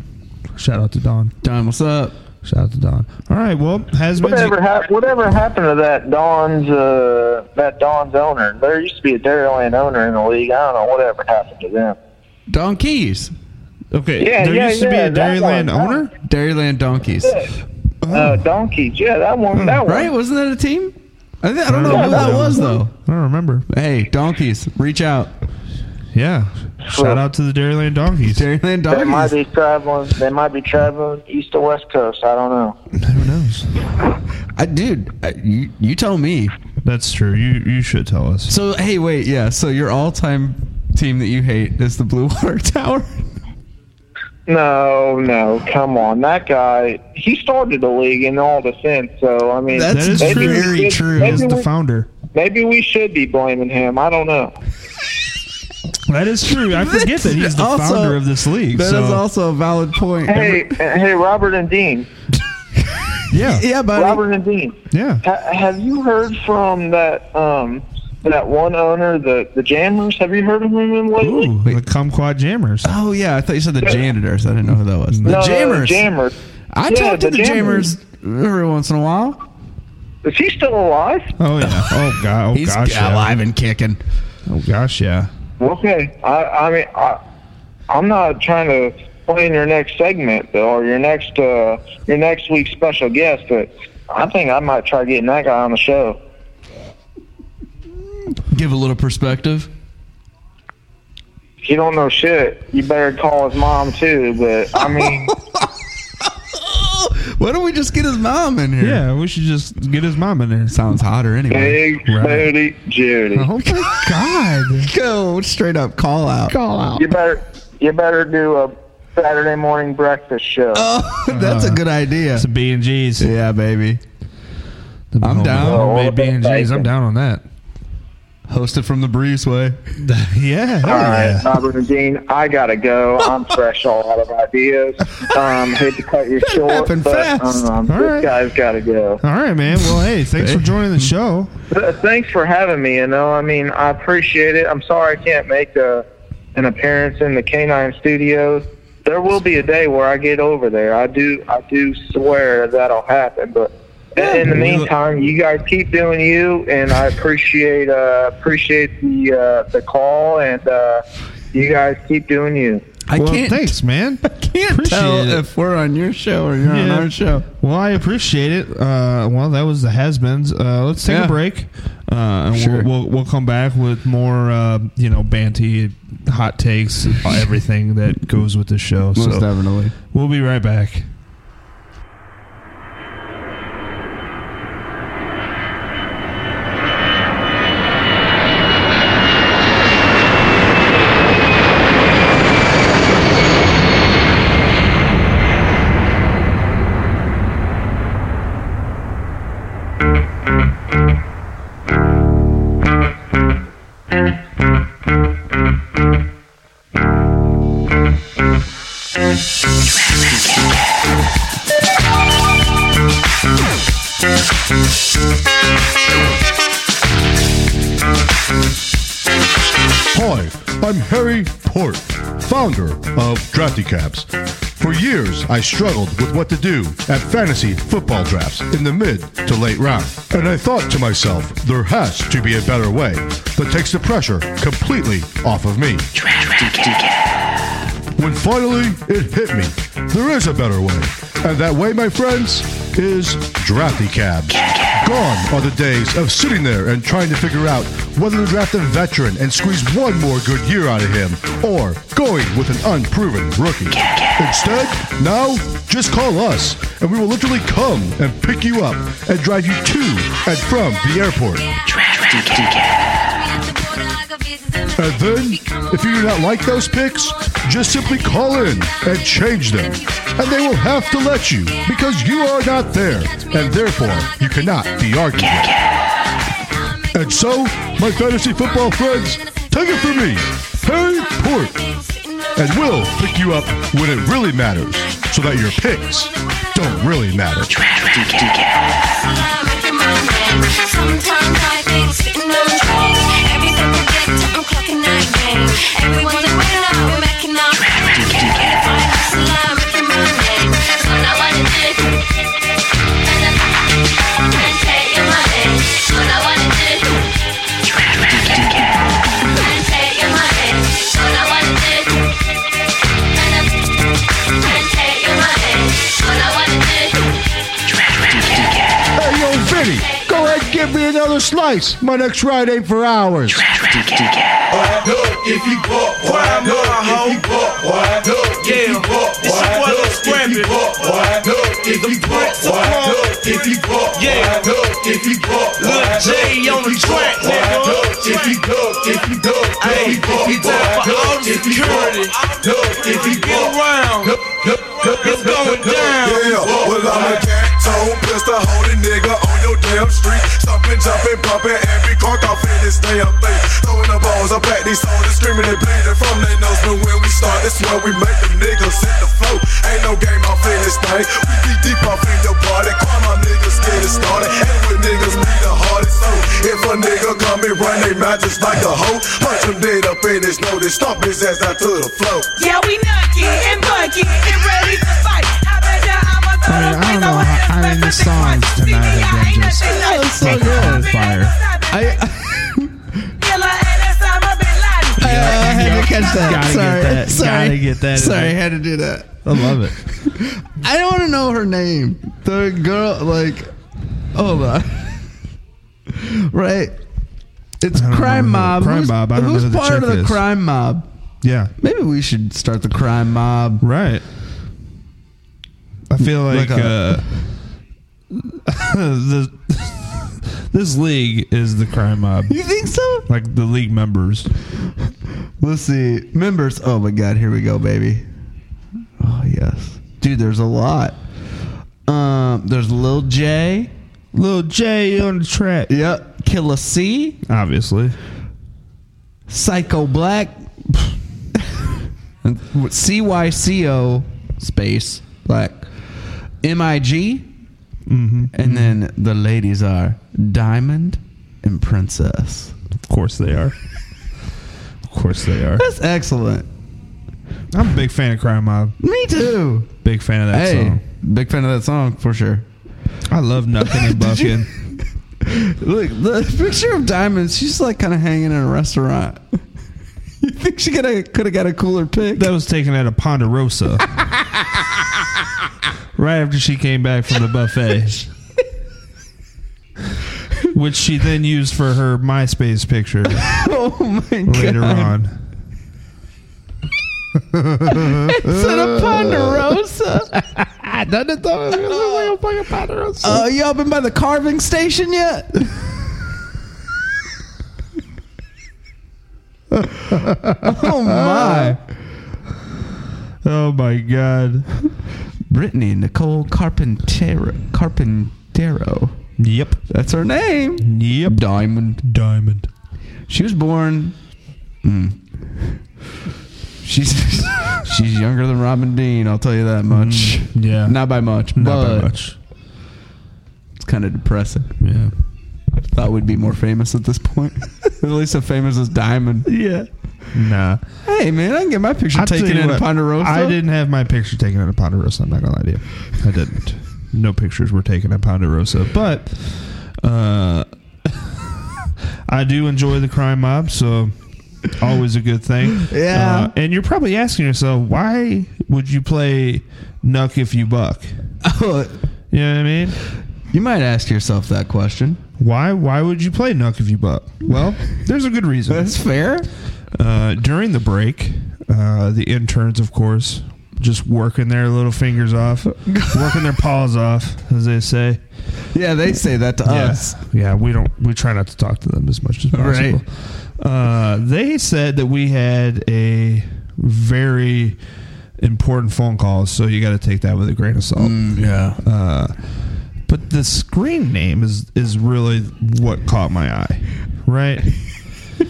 S1: Shout out to Don.
S2: Don, what's up?
S1: Shout out to Don. All right. Well, has been.
S3: Whatever, hap- whatever happened to that Don's uh, that Don's owner? There used to be a Dairyland owner in the league. I don't know whatever happened to them.
S2: Donkeys.
S1: Okay.
S3: Yeah,
S1: there
S3: yeah,
S1: used to be
S3: yeah,
S1: a
S3: that
S1: Dairyland
S3: one.
S1: owner.
S2: Dairyland Donkeys.
S3: Uh, Donkeys, yeah, that one, that one.
S2: Right? Wasn't that a team? I, th- I don't know
S1: Yeah,
S2: who
S1: that
S2: that
S1: was-
S2: was though.
S1: I don't remember.
S2: Hey, donkeys, reach out.
S1: Yeah. Shout out to the Dairyland Donkeys.
S2: Dairyland
S3: They might
S2: donkeys.
S3: be traveling. They might be traveling east to west coast. I don't know.
S1: Who knows?
S2: I, dude, I, you, you tell me.
S1: That's true. You you should tell us.
S2: So hey, wait, yeah. So your all-time team that you hate is the Blue Water Tower.
S3: No, no, come on. That guy, he started the league in all the sense. So I mean,
S2: That's
S1: That is
S3: maybe
S1: true.
S3: we
S1: Very
S3: should-
S1: true.
S3: Maybe
S1: Is the
S3: we-
S1: founder.
S3: maybe we should be blaming him. I don't know.
S1: That is true. I forget that he's the
S2: Also-
S1: founder of this league.
S2: That is
S1: so-
S2: also a valid point.
S3: Hey, uh, hey, Robert and Dean,
S1: yeah, yeah,
S2: yeah, buddy.
S3: Robert and Dean, ha- have you heard from that um that one owner, the the Jammers? Have you heard of him lately?
S1: Ooh, the Kumquat Jammers.
S2: Oh yeah, I thought you said the janitors. I didn't know who that was. The
S3: No, no, no,
S2: jammers.
S3: Jammers.
S2: I
S3: Yeah,
S2: talk to the,
S3: the
S2: jammers. every once in a while.
S3: Is he still alive?
S1: Oh yeah. Oh god. Oh
S2: He's
S1: gosh. Yeah.
S2: alive and kicking.
S1: Oh gosh. Yeah.
S3: Okay. I I mean I I'm not trying to play in your next segment Bill, or your next uh your next week's special guest, but I think I might try getting that guy on the show.
S2: Give a little perspective.
S3: If you don't know shit, you better call his mom too. But I mean,
S2: Oh, Why don't we just get his mom in here?
S1: Yeah. We should just get his mom in there.
S2: Sounds hotter anyway.
S3: big booty Judy.
S1: Oh my god.
S2: Go straight up call out. Call out.
S3: You better you better do a Saturday morning breakfast show.
S2: Oh, that's a good idea.
S1: Some B and G's.
S2: Yeah, baby. I'm down.
S1: Homemade B and G's. I'm down on that.
S2: Hosted from the breezeway.
S1: Yeah. hell
S3: All right,
S1: yeah.
S3: Robert and Dean, I gotta go. I'm fresh, all out of ideas. Um, hate to cut you short,
S2: happened
S3: but
S2: fast.
S3: um,
S1: All
S3: this
S1: right.
S3: guy's gotta go.
S1: All right, man. Well, hey, thanks for joining the show.
S3: Th- Thanks for having me. You know, I mean, I appreciate it. I'm sorry I can't make a, an appearance in the Canine Studios. There will be a day where I get over there. I do, I do swear that'll happen. But in- in the
S1: Yeah, we-
S3: meantime, you guys keep doing you, and I appreciate uh, appreciate the uh, the call, and uh, you guys keep doing you.
S2: I
S1: Well,
S2: can't,
S1: thanks, man.
S2: can't
S1: Appreciate
S2: tell
S1: it.
S2: if we're on your show or you're on
S1: Yeah.
S2: our show.
S1: Well, I appreciate it. Uh, well, that was the has-beens. Uh, let's take
S2: Yeah.
S1: a break. Uh, and
S2: Sure.
S1: we'll, we'll we'll come back with more uh, you know banty hot takes, everything that goes with the show.
S2: Most
S1: so
S2: definitely.
S1: we'll be right back.
S7: Hi, I'm Harry Port, founder of Drafty Caps. For years, I struggled with what to do at fantasy football drafts in the mid to late round. And I thought to myself, there has to be a better way that takes the pressure completely off of me. When finally it hit me, there is a better way. And that way, my friends, is drafty cabs. Gone are the days of sitting there and trying to figure out whether to draft a veteran and squeeze one more good year out of him or going with an unproven rookie. Instead, now just call us and we will literally come and pick you up and drive you to and from the airport. And then, if you do not like those picks, just simply call in and change them. And they will have to let you because you are not there, and therefore you cannot be argued. with. And so, my fantasy football friends, take it from me, Harry Port, and we'll pick you up when it really matters so that your picks don't really matter.
S8: Sometimes I think sitting on trains. Every second day, till I'm clocking that game. Everyone's a winner, I'm making up. If I hustle, I'm making my name. That's what I wanna do. And if I can't take it, my name. That's what I wanna do. Can't take it, my name. That's what I wanna do. And if I can't take it, my name. That's what I wanna do.
S7: Hey, yo, Get me another slice. My next ride ain't for hours.
S6: if you bought, boy, I know I hoe. If you bought, boy, I know. If you bought, boy, I know. If you bought, boy, I know. If you bought, boy, I know. If you bought, boy, I know. If you bought, Lil J on the track, nigga. If you go, if you go, if you bought, boy, I know. If you bought, no, if you get around, it's going down. Yeah, well I'm a cat, tone pistol holding nigga on your damn street. Stomping, jumping, pumping, every car off in this damn thing. Throwing the balls up at these soldiers, screaming and bleeding from their nose. But when we start, that's when we make them niggas hit the flow. Ain't no game off in this thing. We be deep off in your party. Call my niggas, get it started. And with niggas be the hardest. So if a nigga come and run, they mouth just like a hoe. Punch him dead up in his nose. They stomp his ass out to the floor.
S9: Yeah, we nucky and bucky and ready to fight. I bet ya I'm a
S1: I mean, I don't know how many songs tonight have been just
S2: so
S1: taken on
S2: good.
S1: fire.
S2: I,
S9: Killer and Osama bin Laden.
S2: I had to catch that.
S1: Gotta get
S2: sorry,
S1: that.
S2: sorry,
S1: Gotta get that in
S2: Sorry, I
S1: there.
S2: had to do that.
S1: I love it.
S2: I don't want to know her name. The girl, like, hold on. right? It's
S1: don't know
S2: crime
S1: who-
S2: mob.
S1: Crime
S2: who's,
S1: Mob, I don't know
S2: who's
S1: who the
S2: part of
S1: chick
S2: the
S1: is.
S2: crime mob?
S1: Yeah.
S2: Maybe we should start the crime mob.
S1: Right. I feel like,
S2: Like
S1: uh,
S2: a-
S1: the, this league is the crime mob.
S2: You think so?
S1: Like the league members.
S2: Let's see. Members. Oh my God. Here we go, baby. Oh, yes. Dude, there's a lot. Um, there's Lil J.
S1: Little J on the track.
S2: Yep. Killer C.
S1: Obviously.
S2: Psycho Black. C Y C O space black. M I G.
S1: Mm-hmm.
S2: And then the ladies are Diamond and Princess.
S1: Of course they are. Of course they are.
S2: That's excellent.
S1: I'm a big fan of Crime Mob.
S2: Me too.
S1: Big fan of that
S2: hey,
S1: song.
S2: big fan of that song for sure.
S1: I love Knuckin' and
S2: Did you-
S1: Buckin'.
S2: Look, the picture of Diamond, she's like kind of hanging in a restaurant. you think she could have could have got a cooler pic?
S1: That was taken at a Ponderosa. right after she came back from the buffet. Which she then used for her MySpace picture
S2: oh my
S1: later
S2: god!
S1: on.
S2: It's at a Ponderosa. Uh, y'all been by the carving station yet? oh my!
S1: Oh my god.
S2: Brittany Nicole Carpentero. Carpentero.
S1: Yep.
S2: That's her name.
S1: Yep.
S2: Diamond.
S1: Diamond.
S2: She was born. Mm. She's she's younger than Robin Dean. I'll tell you that much.
S1: Hmm. Yeah.
S2: Not by much.
S1: Not by
S2: but
S1: much.
S2: It's kind of depressing.
S1: Yeah.
S2: Thought we'd be more famous at this point. at least so famous as Diamond.
S1: Yeah. Nah.
S2: Hey man, I can get my picture
S1: I'll tell
S2: taken
S1: you
S2: in
S1: what,
S2: Ponderosa.
S1: I didn't have my picture taken at a Ponderosa. I'm not gonna lie to you. I didn't. No pictures were taken at Ponderosa, but uh, I do enjoy the crime mob, so always a good thing.
S2: Yeah.
S1: Uh, and you're probably asking yourself, why would you play Nuck if you buck? You know what I mean?
S2: Oh, you might ask yourself that question.
S1: Why? Why would you play Nuck if you buck? Well, there's a good reason.
S2: That's fair.
S1: Uh, during the break, uh, the interns, of course, just working their little fingers off, working their paws off, as they say.
S2: Yeah, they say that to us.
S1: Yeah, yeah. We don't. We try not to talk to them as much as possible. Uh, they said that we had a very important phone call, so you got to take that with a grain of salt.
S2: Mm, Yeah.
S1: Uh, but the screen name is is really what caught my eye, right?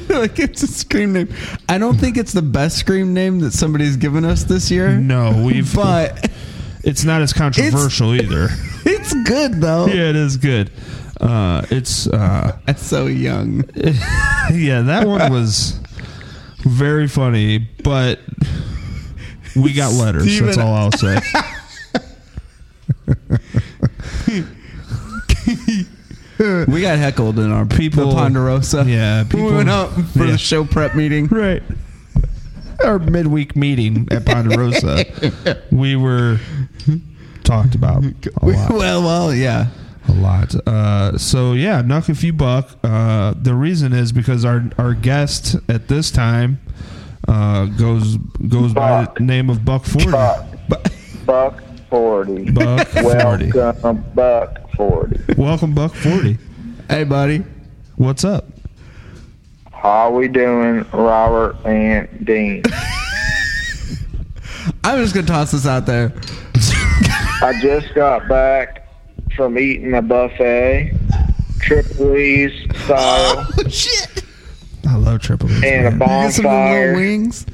S2: like it's a scream name. I don't think it's the best scream name that somebody's given us this year.
S1: No, we've
S2: But
S1: it's not as controversial either.
S2: it's good though.
S1: yeah, it is good. Uh, it's uh,
S2: That's so young.
S1: yeah, that one was very funny, but we got letters. That's
S2: Steven-
S1: all I'll say.
S2: We got heckled in our
S1: People-
S2: people Ponderosa.
S1: yeah,
S2: we
S1: people-
S2: went out for
S1: yeah.
S2: the show prep meeting.
S1: right. Our midweek meeting at Ponderosa, we were talked about a lot.
S2: well, well, yeah.
S1: a lot. Uh, so yeah, knock if you buck. Uh, the reason is because our our guest at this time uh, goes goes by
S3: Buck.
S1: the name of Buck Forty.
S3: Buck.
S1: Bu-
S3: Buck 40.
S1: Buck Forty.
S3: Welcome, Buck 40.
S1: Welcome, Buck Forty.
S2: Hey, buddy.
S1: What's up?
S3: How we doing, Robert and Dean?
S2: I'm just gonna toss this out there.
S3: I just got back from eating a buffet, Tripoli's style,
S2: Oh, Shit.
S1: I love Triple H.
S3: and a
S1: man.
S2: Get some of them little
S3: bonfire,
S2: wings.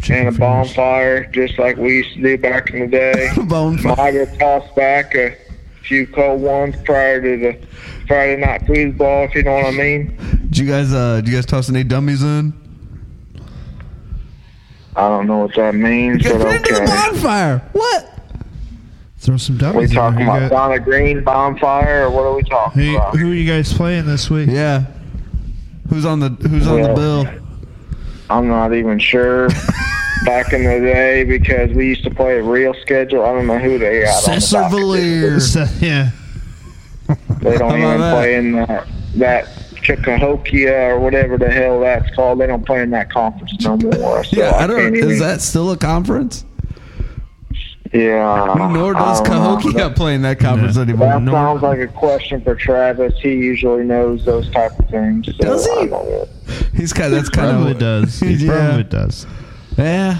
S1: Chicken
S3: and a
S1: fingers.
S3: bonfire, just like we used to do back in the day.
S2: Bone fi-
S3: Maga tossed back a few cold ones prior to the Friday night foosball, if you know what I mean.
S2: Did you guys? Uh, did you guys toss any dummies in?
S3: I don't know what that means,
S2: Get
S3: but
S2: put into the
S3: okay.
S2: bonfire. What?
S1: Throw some
S3: We
S1: dummies. in
S3: talking
S1: there. You
S3: about
S1: got-
S3: Donna Green bonfire, or what are we talking
S1: Hey,
S3: about?
S1: who are you guys playing this week?
S2: Yeah. Who's on the Who's on the
S3: Well.
S2: bill?
S3: I'm not even sure. Back in the day, because we used to play a real schedule. I don't know who they got. on the
S2: Cesar
S3: docket.
S2: Valier.
S1: So- yeah.
S3: They
S2: How about
S3: don't even
S2: that?
S3: play in that, that Chicahokia or whatever the hell that's called. They don't play in that conference no more. So
S2: Yeah, I
S3: can't
S2: don't.
S3: even-
S2: Is that still a conference?
S3: Yeah.
S2: Nor does
S3: I don't know.
S2: Cahokia play in that conference
S1: No.
S2: anymore.
S3: That sounds like a question for Travis. He usually knows those type of things. So
S2: Does he?
S3: I don't know.
S2: He's kind. That's kind
S1: Probably
S2: of
S1: does. He
S2: Yeah.
S1: probably does.
S2: Yeah.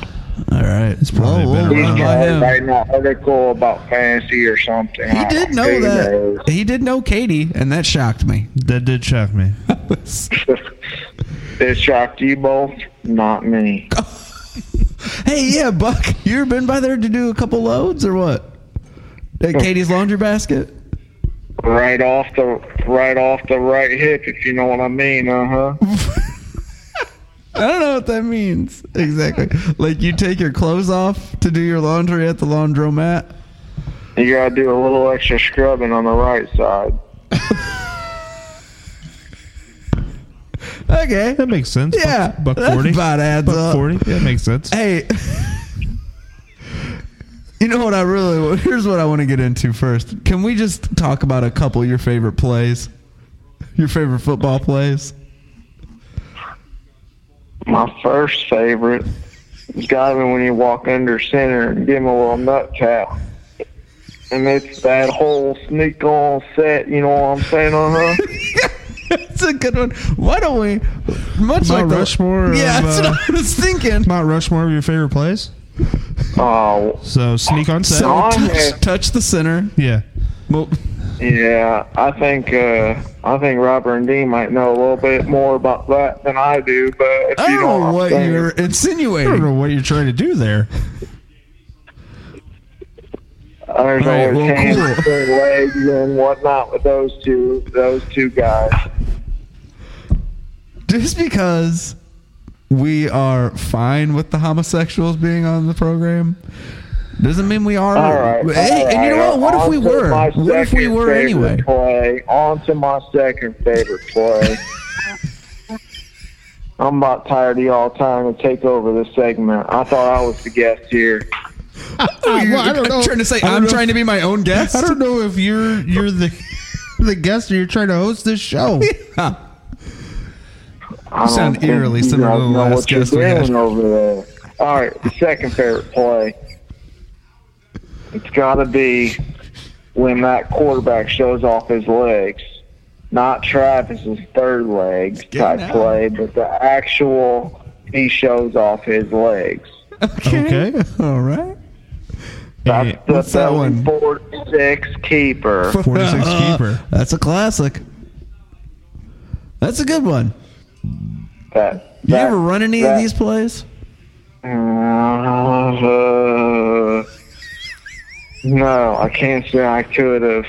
S2: All right. It's
S1: probably been
S3: He's
S1: around.
S2: by
S3: probably
S2: him.
S3: writing an article about fantasy or something.
S2: He did know that. He did know Katie, and that shocked me.
S1: That did shock me.
S3: It shocked you both, not me.
S2: Hey, yeah, Buck, you ever been by there to do a couple loads or what? At Katie's laundry basket?
S3: Right off the right off the right hip, if you know what I mean, uh huh.
S2: I don't know what that means exactly. Like you take your clothes off to do your laundry at the laundromat.
S3: You gotta do a little extra scrubbing on the right side.
S2: Okay.
S1: That makes sense.
S2: Yeah,
S1: Buck, buck
S2: that
S1: forty.
S2: about adds
S1: buck
S2: up.
S1: forty. That makes sense.
S2: Hey. You know what I really here's what I want to get into first. Can we just talk about a couple of your favorite plays? Your favorite football plays?
S3: My first favorite is gotta be when you walk under center and give him a little nut tap. And it's that whole sneak on set, you know what I'm saying, uh huh?
S2: That's a good one. Why don't we
S1: Mount
S2: much like the,
S1: Rushmore
S2: Yeah,
S1: of,
S2: that's
S1: uh,
S2: what I was thinking.
S1: Mount Rushmore of your favorite plays.
S3: Oh,
S1: So sneak on set.
S2: So
S3: on
S2: touch,
S3: there.
S2: touch the center.
S1: yeah.
S2: Well,
S3: yeah. I think uh, I think Robert and Dean might know a little bit more about that than I do. But if
S2: I don't
S3: you know
S2: know Oh, what
S3: I'm saying,
S2: you're
S1: I don't
S2: insinuating.
S1: know what you're trying to do there.
S3: There's
S2: All right,
S3: always
S2: well,
S3: hands
S2: cool.
S3: between legs and whatnot with those two those two guys.
S2: Just because we are fine with the homosexuals being on the program doesn't mean we are.
S3: All right.
S2: Hey,
S3: all
S2: and you know
S3: right,
S2: what? What if
S3: on
S2: we
S3: to
S2: were?
S3: my
S2: What if we
S3: second
S2: were
S3: favorite
S2: anyway?
S3: Play. On to my second favorite play. I'm about tired of y'all trying to take over this segment. I thought I was the guest here.
S1: Ah, well, I don't
S2: I'm
S1: know.
S2: trying to say
S1: I don't
S2: I'm
S1: know.
S2: trying to be my own guest.
S1: I don't know if you're you're the the guest or you're trying to host this show.
S2: Huh.
S3: I don't
S2: sound
S3: think
S2: eerily
S3: you
S2: similar to
S3: guys
S2: the
S3: know
S2: last
S3: what you're
S2: guest we had.
S3: doing over there. All right, the second favorite play. It's got to be when that quarterback shows off his legs. Not Travis's third leg
S2: getting
S3: type
S2: out.
S3: play, but the actual he shows off his legs.
S1: Okay.
S2: All right.
S3: That's
S1: Hey,
S3: the
S2: what's that one?
S3: 46 keeper.
S1: 46 keeper.
S2: That's a classic. That's a good one.
S3: That,
S2: You
S3: that-
S2: ever run any
S3: that-
S2: of these plays?
S3: Uh, no, I can't say I could have.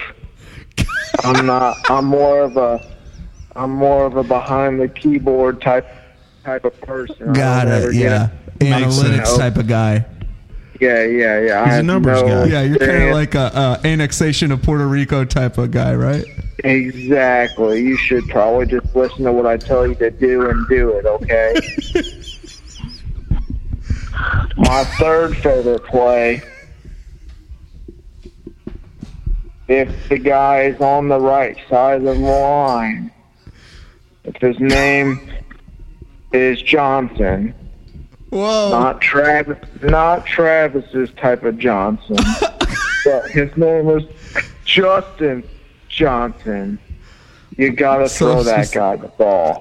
S3: I'm not. I'm more of a. I'm more of a behind the keyboard type type of person. I
S2: Got
S3: don't ever
S2: it.
S3: get
S2: Yeah.
S1: Makes
S2: Analytics
S1: sense.
S2: type of guy.
S3: Yeah, yeah, yeah.
S1: He's
S3: I
S1: a
S3: have
S1: numbers
S3: no
S1: guy.
S2: Yeah, you're kind of
S3: experience.
S2: like a, uh annexation of Puerto Rico type of guy, right?
S3: Exactly. You should probably just listen to what I tell you to do and do it, okay? My third favorite play if the guy is on the right side of the line. If his name is Johnson,
S1: Whoa.
S3: not Travis, not Travis's type of Johnson, but his name was Justin Johnson. You gotta
S2: So Oh,
S3: throw that
S2: she's-
S3: guy the ball.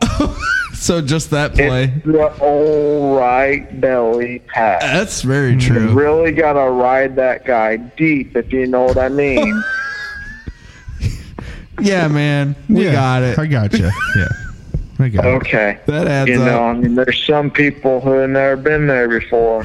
S2: So just that play.
S3: It's the all right belly pass.
S2: That's very
S1: Mm-hmm.
S3: You
S2: true.
S3: really gotta ride that guy deep, if you know what I mean.
S2: Yeah, man. We
S1: Yeah,
S2: got it.
S1: I got you. Yeah. I got it.
S3: Okay.
S2: That adds
S3: you know,
S2: up.
S3: I mean, there's some people who have never been there before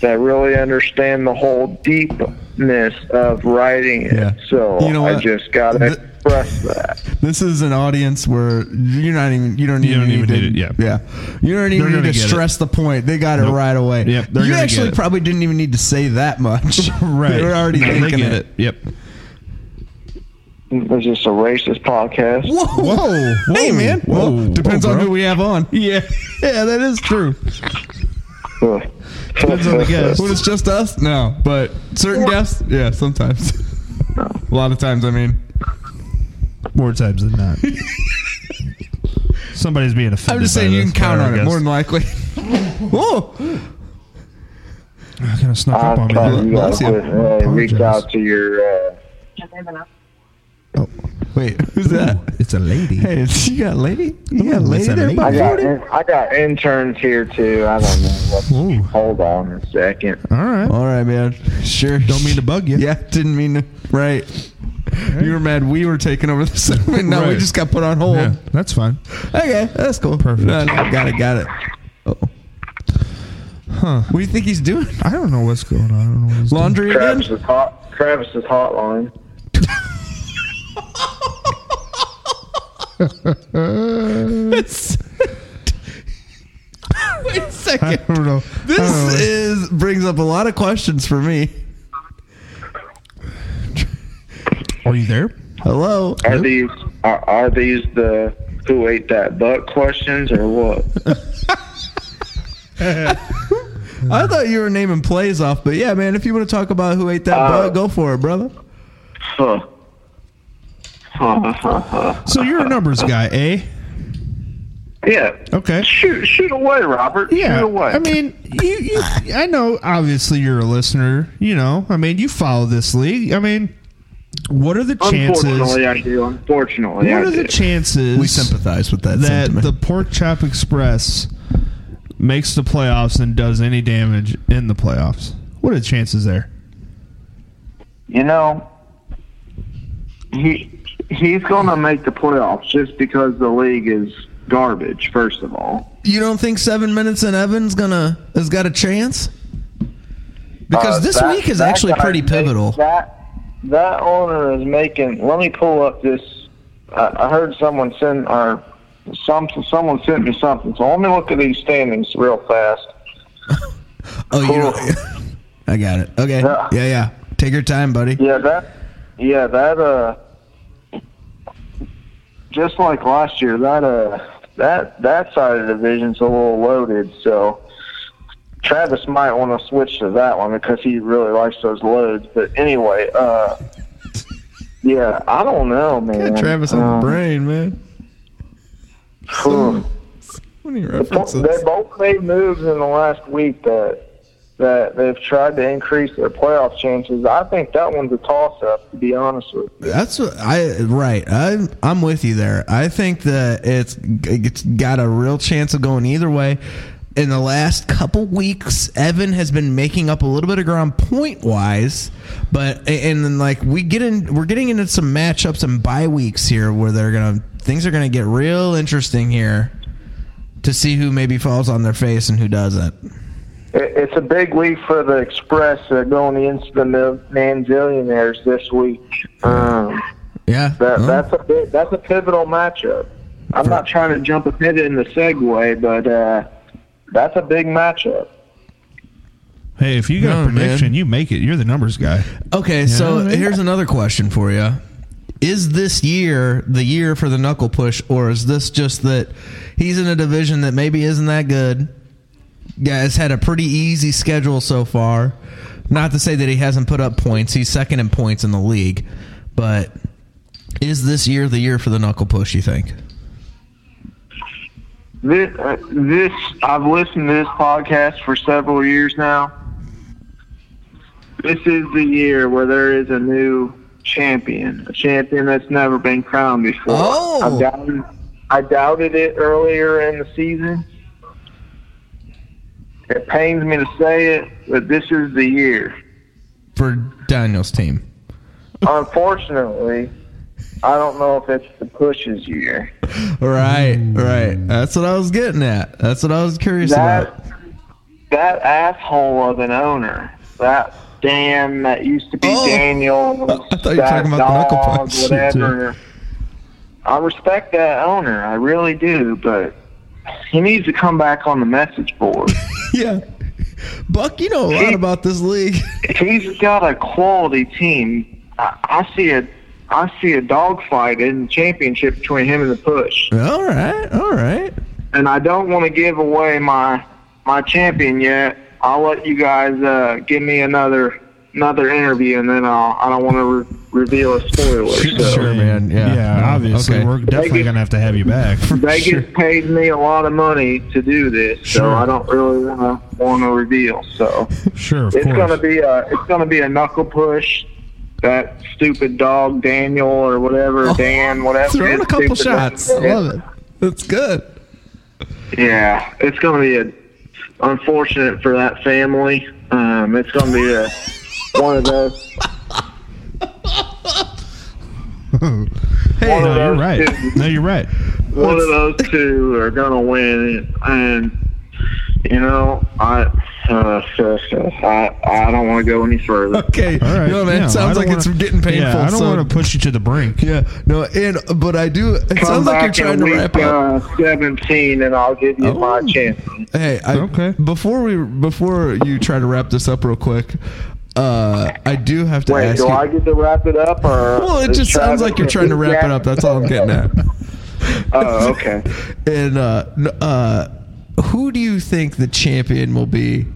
S3: that really understand the whole deepness of writing it.
S2: Yeah.
S3: So
S2: You know
S3: I
S2: what?
S3: just gotta
S2: Th-
S3: express that.
S2: This is an audience where you're not even you don't
S1: You
S2: even,
S1: don't even
S2: need,
S1: need it,
S2: to,
S1: yeah.
S2: yeah. You don't even
S1: They're gonna
S2: need to
S1: get it.
S2: stress the point. They got it
S1: Nope.
S2: right away.
S1: Yep, they're
S2: you
S1: gonna get
S2: actually
S1: it.
S2: probably didn't even need to say that much.
S1: Right.
S2: They're already
S1: Yeah, they
S2: thinking
S1: get
S2: it.
S1: Yep.
S3: Is this a racist podcast?
S2: Whoa.
S1: Whoa.
S2: Hey
S1: Whoa.
S2: man.
S1: Whoa.
S2: Well, depends
S1: Whoa,
S2: on
S1: bro.
S2: who we have on.
S1: Yeah. Yeah, that is true.
S3: Depends
S1: on the guest.
S2: When it's just us? No. But certain guests? Yeah, sometimes. A lot of times, I mean.
S1: More times than not. Somebody's being offended.
S2: I'm just saying
S1: by
S2: you can
S1: this,
S2: count
S1: but I
S2: on it
S1: guess-
S2: more than likely. Whoa.
S1: I kind of snuck
S3: I
S1: up on me.
S3: thought you guys
S1: Bless you.
S3: would uh, reach
S1: Apologize.
S3: out to your. Uh,
S2: Wait, who's that?
S1: It's a lady.
S2: Hey, you got a lady? You got a lady
S1: It's a
S2: there?
S1: lady.
S2: by
S3: I
S2: the
S3: got
S2: door?
S3: I got interns here too. I don't know. What,
S1: Ooh.
S3: hold on a second.
S1: All right.
S2: All right, man. Sure.
S1: Don't mean to bug you.
S2: Yeah, didn't mean to. Right. You were mad we were taking over the segment. No, we
S1: Right.
S2: just got put on hold.
S1: Yeah, that's fine.
S2: Okay, that's cool.
S1: Perfect.
S2: No, no, got it, got it. Oh. Huh. What do you think he's doing?
S1: I don't know what's going on. I don't know what he's doing.
S2: Laundry again?
S3: Travis's hot. Travis's hotline.
S2: Wait a second.
S1: I don't know. I don't know.
S2: This is brings up a lot of questions for me.
S1: Are you there?
S2: Hello.
S3: Are
S1: Hmm?
S3: these are, are these the who ate that butt questions or what?
S2: I thought you were naming plays off, but yeah, man, if you want to talk about who ate that
S3: Uh,
S2: bug, go for it, brother.
S3: Huh. Huh, huh, huh.
S1: So you're a numbers guy, eh?
S3: yeah.
S1: Okay.
S3: Shoot shoot away, Robert.
S1: Yeah.
S3: Shoot away.
S1: I mean, you, you. I know. Obviously, you're a listener. You know. I mean, you follow this league. I mean, what are the chances?
S3: unfortunately I do. Unfortunately
S1: What
S3: I
S1: are the
S3: do.
S1: chances?
S2: We sympathize with that,
S1: that
S2: sentiment.
S1: the Pork Chop Express makes the playoffs and does any damage in the playoffs. What are the chances there?
S3: you know he he's gonna make the playoffs just because the league is garbage, first of all.
S2: you don't think seven minutes in Evan's gonna has got a chance? Because
S3: Uh,
S2: this
S3: that-
S2: week is
S3: that
S2: actually
S3: guy
S2: pretty
S3: makes-
S2: pivotal.
S3: That that owner is making. Let me pull up this. I I heard someone send or some someone sent me something. So let me look at these standings real fast.
S2: oh, you
S3: cool.
S2: know, I got it. Okay.
S3: Yeah.
S2: Yeah. yeah, Take your time, buddy.
S3: Yeah, that. Yeah, that. Uh, just like last year, that uh, that that side of the division's a little loaded. So Travis might want to switch to that one because he really likes those loads. But anyway, uh, yeah, I don't know, man.
S2: Travis on
S3: um,
S2: the brain, man.
S3: brain.
S2: What are your
S3: They
S2: references?
S3: both made moves in the last week that that they've tried to increase their playoff chances. I think that one's a toss-up, to be honest with you.
S2: That's what I right. I'm I'm with you there. I think that it's it's got a real chance of going either way. In the last couple weeks, Evan has been making up a little bit of ground point wise, but and then like we get in, we're getting into some matchups and bye weeks here where they're gonna things are gonna get real interesting here to see who maybe falls on their face and who doesn't.
S3: It, it's a big week for the Express. They're going into the Mil- Manzillionaires this week. Um,
S2: Yeah,
S3: that
S2: Well,
S3: that's a big, that's a pivotal matchup. I'm not trying to jump ahead in the segue, but uh, that's a big matchup.
S1: Hey, if you got
S2: No,
S1: a prediction,
S2: man.
S1: you make it. You're the numbers guy.
S2: Okay, so
S1: Yeah.
S2: here's another question for you. Is this year the year for the knuckle push, or is this just that he's in a division that maybe isn't that good? Guys had a pretty easy schedule so far. Not to say that he hasn't put up points. He's second in points in the league. But is this year the year for the knuckle push? You think?
S3: This, uh, this I've listened to this podcast for several years now. This is the year where there is a new champion, a champion that's never been crowned before.
S2: Oh.
S3: I doubted, I doubted it earlier in the season. It pains me to say it, but this is the year.
S2: for Daniel's team.
S3: Unfortunately, I don't know if it's the pushes year.
S2: Right, right. That's what I was getting at. That's what I was curious
S3: That
S2: about.
S3: that asshole of an owner. That damn that used to be
S2: Oh.
S3: Daniel.
S2: I thought you were talking about the knuckle punch.
S3: Whatever. I respect that owner. I really do, but he needs to come back on the message board.
S2: Yeah. Buck, you know a lot about this league.
S3: He's got a quality team. I, I see a I see a dogfight in the championship between him and the push.
S2: all right, all right.
S3: and I don't want to give away my my champion yet. I'll let you guys uh, give me another another interview, and then I'll I don't want to re- reveal a spoiler. So
S2: Sure, man. Yeah.
S1: yeah.
S2: No,
S1: Obviously,
S2: okay.
S1: we're definitely
S3: Vegas-
S1: gonna have to have you back.
S3: Vegas paid me a lot of money to do this,
S1: Sure.
S3: so I don't really want to want to reveal. So
S1: Sure, of
S3: it's
S1: course.
S3: gonna be a it's gonna be a knuckle push. That stupid dog Daniel or whatever Dan whatever.
S2: Throwing
S3: his
S2: a couple
S3: stupid-
S2: shots. I love it. That's good.
S3: Yeah, it's going to be a, unfortunate for that family. Um, it's going to be a, one of those.
S1: hey,
S3: one
S1: no, you're
S3: of those
S1: right.
S3: two-
S1: No, you're right.
S3: one of those two are going to win, and you know, I uh, I I don't want to go any further.
S2: Okay.
S1: All right.
S2: No, man.
S1: Yeah,
S2: it
S1: I
S2: sounds
S1: don't
S2: like it's
S1: wanna-
S2: getting painful.
S1: Yeah, I don't
S2: so-
S1: want to push you to the brink.
S2: Yeah. No, and but I do. It sounds like you're
S3: back
S2: trying
S3: in
S2: to
S3: week,
S2: wrap up.
S3: Uh, Seventeen, and I'll give you
S2: Oh.
S3: my chance.
S2: Hey, I,
S1: Okay.
S2: Before we before you try to wrap this up real quick, uh, I do have to
S3: Wait,
S2: ask
S3: do
S2: you.
S3: I get to wrap it up, or
S2: well, it
S3: is
S2: just sounds
S3: Travis-
S2: like you're trying to wrap it up. That's all I'm getting at.
S3: Oh, okay.
S2: And uh, n- uh, who do you think the champion will be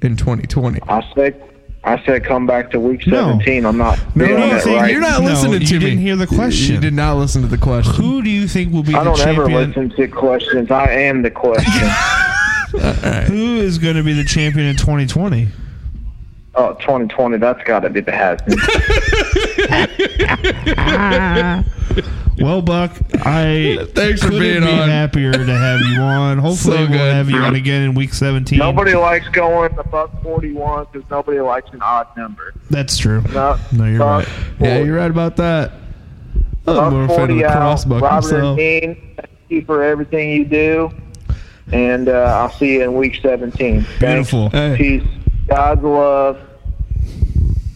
S2: in 2020?
S3: I said, I said, come back to week
S1: No.
S3: seventeen. I'm not.
S2: No,
S3: doing
S2: no,
S3: it
S1: see,
S3: right.
S2: you're not
S1: No,
S2: listening
S1: you
S2: to me.
S1: didn't hear the question.
S2: You did not listen to the question.
S1: Who do you think will be
S3: I
S1: the
S3: don't ever
S1: champion?
S3: listen to questions. I am the question.
S1: Who is going to be the champion in 2020?
S3: oh, 2020, that's got to be the Hasman.
S1: Well, Buck, I
S2: Thanks for
S1: couldn't
S2: being
S1: be
S2: on.
S1: happier to have you on. Hopefully,
S2: So
S1: we'll
S2: good.
S1: have you on again in week 17.
S3: nobody likes going above 41 because nobody likes an odd number.
S1: That's true.
S3: No,
S1: No, you're
S3: Buck,
S1: right.
S2: Yeah, you're right about that.
S3: Buck
S2: I'm Oh, more a fan of
S3: 40
S2: the cross
S3: out.
S2: buck
S3: Robert
S2: myself.
S3: and Dean, thank you for everything you do. And uh, I'll see you in week 17. Thanks.
S1: Beautiful.
S2: Hey.
S3: Peace. God's love.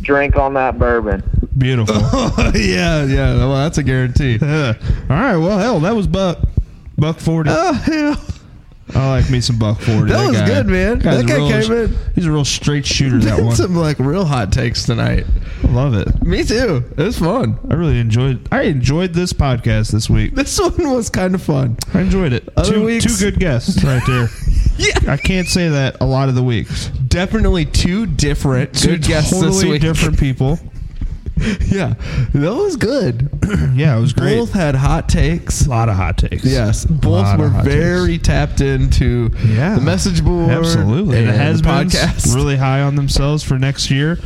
S3: Drink on that bourbon.
S1: Beautiful. All
S2: yeah, yeah. Well, that's a guarantee.
S1: Uh, right. Well, hell, that was Buck. Buck 40.
S2: Oh hell.
S1: I like me some Buck 40.
S2: That was
S1: guy.
S2: good, man.
S1: Guy's
S2: That guy
S1: a real-
S2: came in-
S1: He's a real straight shooter, that one.
S2: Some like real hot takes tonight.
S1: Love it.
S2: Me too. It was fun.
S1: I really enjoyed I enjoyed this podcast this week.
S2: This one was kind of fun.
S1: I enjoyed it.
S2: Other
S1: two,
S2: weeks-
S1: two good guests right there.
S2: Yeah,
S1: I can't say that a lot of the weeks.
S2: definitely two different
S1: Two
S2: good guests
S1: totally
S2: this week.
S1: different people.
S2: Yeah, that was good.
S1: Yeah, it was great.
S2: Both had hot takes.
S1: a lot of hot takes.
S2: Yes, both
S1: lot of
S2: were
S1: hot takes.
S2: very tapped into
S1: Yeah.
S2: the message board.
S1: Absolutely.
S2: and
S1: And it has
S2: the
S1: been
S2: podcast.
S1: really high on themselves for next year.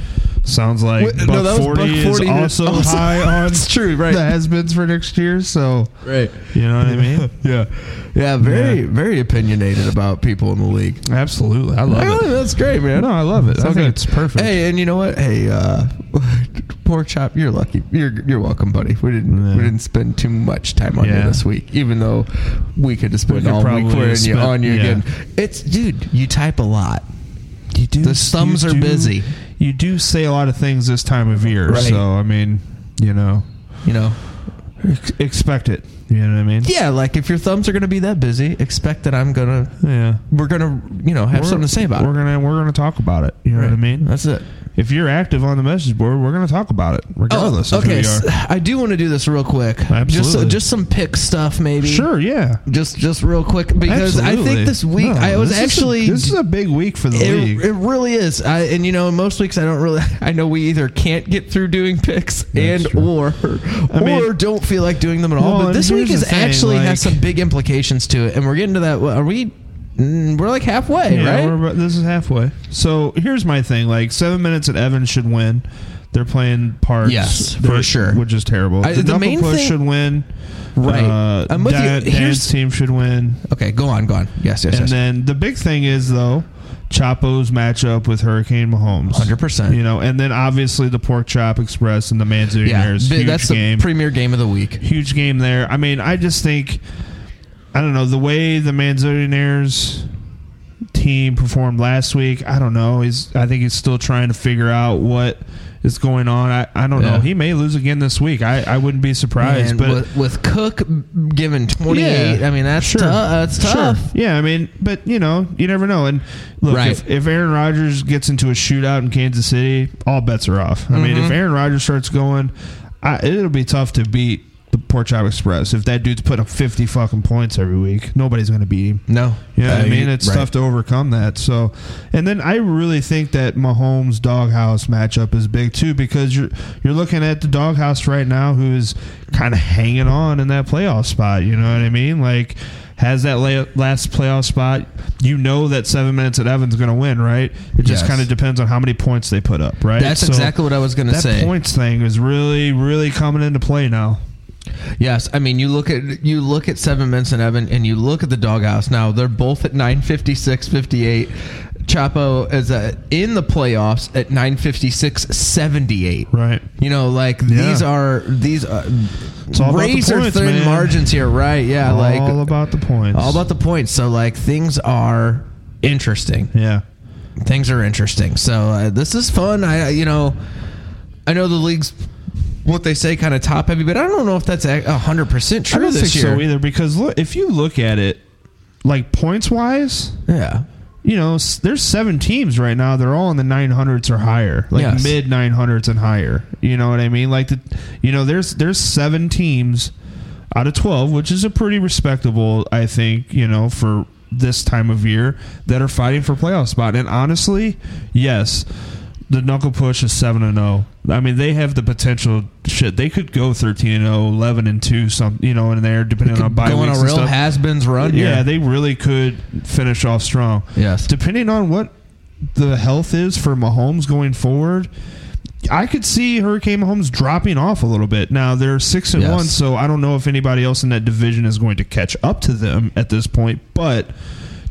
S1: Sounds like
S2: Wait, no,
S1: Buck,
S2: that was
S1: 40
S2: Buck 40
S1: is
S2: who-
S1: also,
S2: also-
S1: high on
S2: It's true, right.
S1: the has-beens for next year. So,
S2: Right.
S1: you know what I mean?
S2: Yeah. Yeah. Very,
S1: Yeah.
S2: very opinionated about people in the league.
S1: Absolutely. I love
S2: Really,
S1: it.
S2: that's great, man.
S1: No, I love it. I
S2: Okay.
S1: think it's perfect.
S2: Hey, and you know what? Hey, uh, pork chop, you're lucky. You're you're welcome, buddy. We didn't
S1: Yeah.
S2: we didn't spend too much time on
S1: Yeah.
S2: you this week, even though we could have spent
S1: could
S2: all week
S1: probably
S2: wearing
S1: have
S2: you
S1: spent-
S2: on you
S1: yeah.
S2: again. It's dude, you type a lot.
S1: You do.
S2: The thumbs
S1: you
S2: are
S1: do-
S2: busy.
S1: You do say a lot of things this time of year.
S2: Right.
S1: So I mean, you know,
S2: You know.
S1: ex- expect it. You know what I mean?
S2: Yeah, like if your thumbs are gonna be that busy, expect that I'm gonna
S1: Yeah.
S2: we're gonna you know have something to say about
S1: we're
S2: it.
S1: gonna we're gonna talk about it. You know
S2: Right.
S1: what I mean?
S2: That's it.
S1: if you're active on the message board, we're going to talk about it regardless of
S4: Oh, okay,
S1: who you
S4: s-
S1: are.
S4: I do want to do this real quick. Just so,
S1: Absolutely.
S4: just some pick stuff, maybe.
S1: Sure, yeah.
S4: Just just real quick because I think this week
S1: No,
S4: I was
S1: this is a-
S4: actually
S1: this is a big week for the league.
S4: It, it really is. I, and you know, most weeks I don't really. I know we either can't get through doing picks and or
S1: I mean-
S4: or don't feel like doing them at all.
S1: Well,
S4: but
S1: and
S4: this
S1: here's
S4: week is
S1: the thing,
S4: actually has
S1: like-
S4: some big implications to it, and we're getting to that. Are we? mm, We're like halfway,
S1: Yeah,
S4: right?
S1: we're about- this is halfway. So here's my thing: like seven minutes at Evans should win. They're playing parts,
S4: Yes, for sure.
S1: which is terrible.
S4: I-
S1: the,
S4: the
S1: knuckle
S4: main
S1: push
S4: thing-
S1: should win.
S4: Right.
S1: uh,
S4: I'm with you.
S1: Dan-
S4: Here's-
S1: Dan's team should win.
S4: okay, go on, go on. Yes, yes,
S1: And
S4: yes.
S1: then the big thing is though, Chapo's matchup with Hurricane Mahomes,
S4: 100%.
S1: You know, and then obviously the Pork Chop Express and the
S4: yeah,
S1: Manzanares,
S4: bi-
S1: huge
S4: that's
S1: game,
S4: the premier game of the week.
S1: huge game there. I mean, I just think, I don't know, the way the Manzanares team performed last week. I don't know. He's, I think he's still trying to figure out what is going on. I, I don't
S4: Yeah.
S1: know. He may lose again this week. I, I wouldn't be surprised,
S4: And
S1: but.
S4: with, with Cook given twenty eight,
S1: Yeah,
S4: I mean that's
S1: sure.
S4: tou- that's
S1: Sure.
S4: tough.
S1: Yeah, I mean, but you know, you never know. And look,
S4: Right.
S1: if, if Aaron Rodgers gets into a shootout in Kansas City, all bets are off. I
S4: Mm-hmm.
S1: mean, if Aaron Rodgers starts going, I, it'll be tough to beat the Pork Chop Express. If that dude's putting up fifty fucking points every week, nobody's going to beat him.
S4: No,
S1: Yeah,
S4: Uh,
S1: I mean
S4: you-
S1: it's
S4: right.
S1: tough to overcome that. So, and then I really think that Mahomes doghouse matchup is big too because you're you're looking at the doghouse right now, who is kind of hanging on in that playoff spot. You know what I mean? Like has that la- last playoff spot. You know that seven minutes at Evans going to win, right? It just
S4: Yes.
S1: kind of depends on how many points they put up, right?
S4: That's
S1: So
S4: exactly what I was going to
S1: that
S4: say.
S1: points thing is really really coming into play now.
S4: Yes, I mean you look at you look at Seven Minutes and Evan, and you look at the doghouse. Now they're both at nine fifty six fifty eight. Chapo is uh in the playoffs at nine fifty six seventy eight.
S1: Right.
S4: You know, like
S1: Yeah.
S4: these are these uh, are
S1: all about the
S4: razor
S1: points,
S4: thin
S1: man.
S4: margins here, right? Yeah, like
S1: all about the points.
S4: all about the points. So like things are interesting
S1: yeah.
S4: things are interesting. So uh, this is fun. I I- you know, I know the league's what they say kind of top heavy, but I don't know if that's hundred percent true
S1: I don't
S4: this
S1: think
S4: year.
S1: so either because look, if you look at it, like points wise,
S4: Yeah,
S1: you know, s- there's seven teams right now. They're all in the 900s or higher, like
S4: Yes.
S1: mid 900s and higher. You know what I mean? Like the, you know, there's there's seven teams out of 12, which is a pretty respectable, I think, you know, for this time of year that are fighting for playoff spot. And honestly, yes, the knuckle push is 7 and 0. I mean, they have the potential shit. They could go 13 and 0, 11 and 2, some, you know, in there depending on bye
S4: going
S1: weeks
S4: a
S1: and
S4: real
S1: stuff.
S4: has-beens run here.
S1: Yeah, they really could finish off strong.
S4: Yes.
S1: Depending on what the health is for Mahomes going forward, I could see Hurricane Mahomes dropping off a little bit. Now they're six and
S4: Yes.
S1: one, so I don't know if anybody else in that division is going to catch up to them at this point, but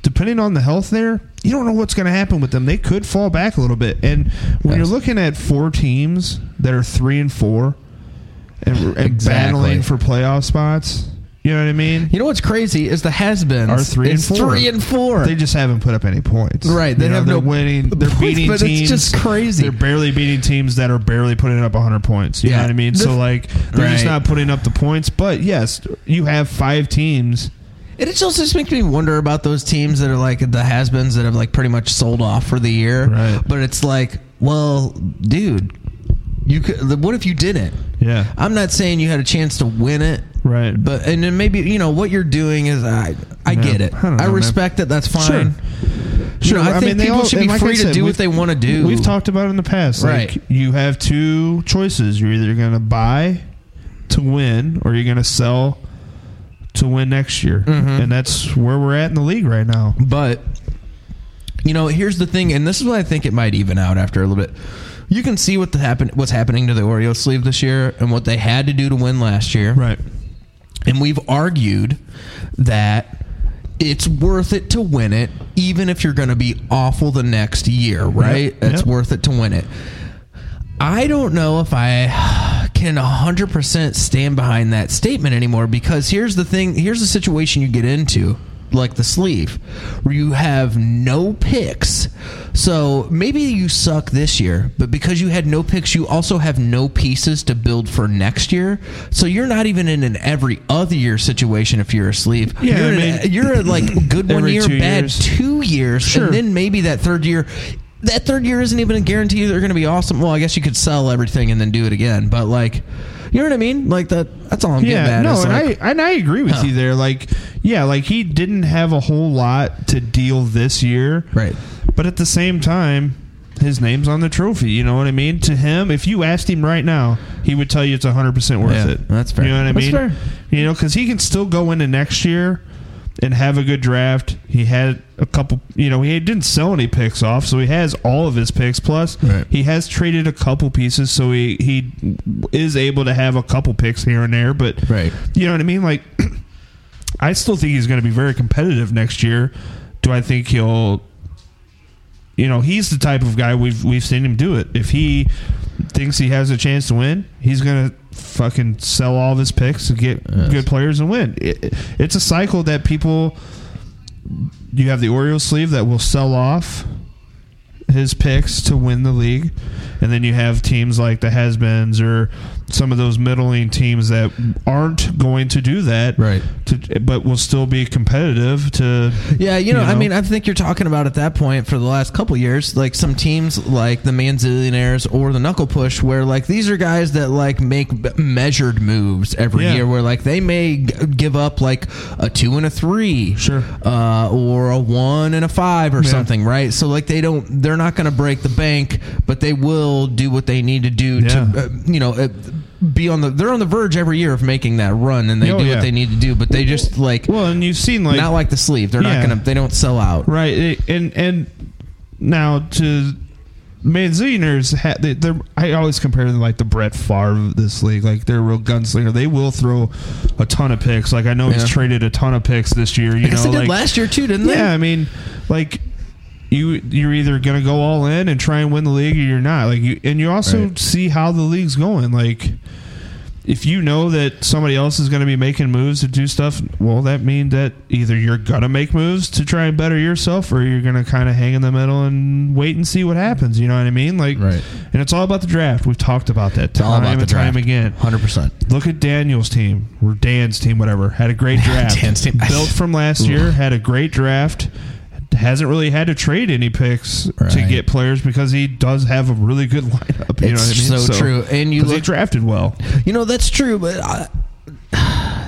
S1: depending on the health there, you don't know what's going to happen with them. They could fall back a little bit. And when
S4: Yes.
S1: you're looking at four teams that are three and four and, and
S4: Exactly.
S1: battling for playoff spots, you know what I mean?
S4: you know what's crazy is the has-beens
S1: Are three and
S4: is
S1: four.
S4: Three and four.
S1: They just haven't put up any points.
S4: Right, they
S1: You know,
S4: have
S1: they're
S4: no
S1: winning. They're
S4: points,
S1: beating
S4: but it's
S1: teams.
S4: just crazy.
S1: They're barely beating teams that are barely putting up 100 points. You
S4: Yeah.
S1: know what I mean?
S4: The-
S1: so like they're just
S4: Right.
S1: not putting up the points. But yes, you have five teams.
S4: it just also just makes me wonder about those teams that are like the has-beens that have like pretty much sold off for the year.
S1: Right.
S4: But it's like, well, dude, you could. What if you didn't?
S1: Yeah.
S4: I'm not saying you had a chance to win it,
S1: Uh, Right.
S4: But and then maybe you know what you're doing is I I get it.
S1: I
S4: I,
S1: don't know, man.
S4: respect it. That's fine.
S1: Sure.
S4: I think
S1: they
S4: people should
S1: and
S4: be free to do what
S1: we've-
S4: they wanna do.
S1: We've talked about it in the past.
S4: Right.
S1: Like you have two choices. You're either going to buy to win, or you're going to sell to win next year.
S2: Mm-hmm.
S1: And that's where we're at in the league right now.
S4: But you know, here's the thing, and this is what I think it might even out after a little bit. You can see what the happen what's happening to the Oreo sleeve this year and what they had to do to win last year. And we've argued that it's worth it to win it, even if you're going to be awful the next year, right?
S1: Yep,
S4: It's
S1: yep.
S4: worth it to win it. I don't know if I can 100% stand behind that statement anymore because here's the thing here's the situation you get into. Like the sleeve, where you have no picks. So maybe you suck this year, but because you had no picks, you also have no pieces to build for next year. So you're not even in an every other year situation if you're a sleeve.
S1: Yeah,
S4: you're,
S1: I
S4: in a-
S1: mean,
S4: you're in, like good one
S1: every
S4: year,
S1: two
S4: bad
S1: years.
S4: two years,
S1: Sure.
S4: and then maybe that third year.
S2: that third year isn't even a guarantee they're going to be awesome. Well, I guess you could sell everything and then do it again, but like, you know what I mean? Like that. That's all I'm getting
S1: yeah,
S2: at.
S1: no,
S2: is,
S1: and
S2: like,
S1: I and I agree with you there. Like, yeah, like he didn't have a whole lot to deal this year,
S2: Right.
S1: But at the same time, his name's on the trophy. You know what I mean? To him, if you asked him right now, he would tell you it's hundred percent worth
S2: Yeah,
S1: it.
S2: that's fair.
S1: You know what I
S2: That's
S1: mean?
S2: fair.
S1: You know, because he can still go into next year and have a good draft. He had a couple. You know, he didn't sell any picks off, so he has all of his picks. Plus,
S2: Right.
S1: he has traded a couple pieces, so he he is able to have a couple picks here and there. But
S2: Right.
S1: you know what I mean? Like, I still think he's going to be very competitive next year. Do I think he'll? You know, he's the type of guy we've we've seen him do it. If he thinks he has a chance to win, he's going to fucking sell all of his picks to get good players and win. It, it's a cycle that people. You have the Orioles sleeve that will sell off his picks to win the league, and then you have teams like the Has-Beens or some of those middling teams that aren't going to do that,
S2: Right.
S1: To, but will still be competitive. To
S2: yeah, you know, I mean, I think you're talking about at that point for the last couple years, like some teams like the Manzillionaires or the Knuckle Push, where like these are guys that like make b- measured moves every
S1: Yeah.
S2: year, where like they may g- give up like a two and a three,
S1: Sure.
S2: uh, or a one and a five or something, right? So like they don't, they're not going to break the bank, but they will do what they need to do to,
S1: Yeah.
S2: uh, you know. Uh, be on the they're on the verge every year of making that run and they
S1: Oh,
S2: do
S1: yeah.
S2: what they need to do but they just like
S1: well, and you've seen like
S2: not like the sleeve. They're
S1: Yeah.
S2: not gonna. They don't sell out.
S1: right it- and and now to Manzillionaires, ha- they, they're I always compare them like the Brett Favre of this league. Like they're a real gunslinger. They will throw a ton of picks. Like I know
S2: Yeah.
S1: he's traded a ton of picks this year. You
S2: I guess
S1: know,
S2: they did
S1: like,
S2: last year too, didn't they?
S1: Yeah, I mean, like you you're either gonna go all in and try and win the league, or you're not. Like you, and you also see how the league's going. Like if you know that somebody else is gonna be making moves to do stuff, well, that means that either you're gonna make moves to try and better yourself, or you're gonna kind of hang in the middle and wait and see what happens. You know what I mean? Like,
S2: Right.
S1: And it's all about the draft. We've talked about that time
S2: all about
S1: and
S2: the
S1: time
S2: draft.
S1: again.
S2: Hundred percent.
S1: Look at Daniel's team or Dan's team, whatever. Had a great draft.
S2: Dan's team.
S1: Built from last year, had a great draft. Hasn't really had to trade any picks to
S2: Right.
S1: get players because he does have a really good lineup. You know what I
S2: It's
S1: mean?
S2: so true. And you
S1: 'cause he
S2: look-
S1: drafted well.
S2: You know that's true, but. I,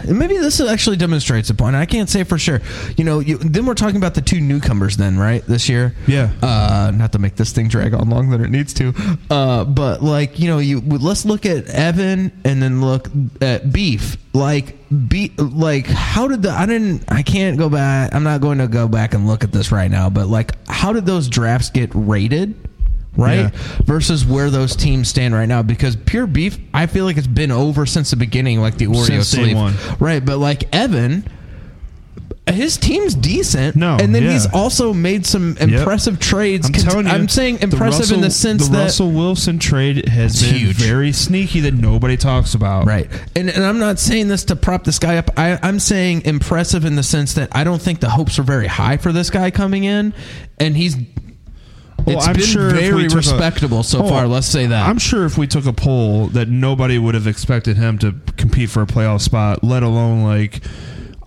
S2: and maybe this actually demonstrates a point. I can't say for sure. You know, you, then we're talking about the two newcomers, then, right? This year,
S1: Yeah.
S2: Uh, not to make this thing drag on longer than it needs to, uh, but like you know, you let's look at Evan and then look at Beef. Like, be like, how did the? I didn't. I can't go back. I'm not going to go back and look at this right now. But like, how did those drafts get rated? right?
S1: Yeah.
S2: Versus where those teams stand right now. Because pure beef, I feel like it's been over since the beginning, like the Oreo
S1: Since day
S2: sleeve.
S1: one.
S2: Right. But like Evan his team's decent.
S1: No,
S2: and then
S1: yeah.
S2: he's also made some impressive trades.
S1: I'm
S2: Cont-
S1: telling you,
S2: I'm saying impressive
S1: Russell-
S2: in the sense
S1: the
S2: that
S1: Russell Wilson trade has
S2: It's
S1: been
S2: huge.
S1: very sneaky that nobody talks about.
S2: Right. And, and I'm not saying this to prop this guy up. I, I'm saying impressive in the sense that I don't think the hopes are very high for this guy coming in. And he's.
S1: Well,
S2: it's
S1: I'm
S2: been
S1: sure if we
S2: very
S1: took a-
S2: respectable so
S1: Oh,
S2: far. Let's say that.
S1: I'm sure if we took a poll that nobody would have expected him to compete for a playoff spot, let alone like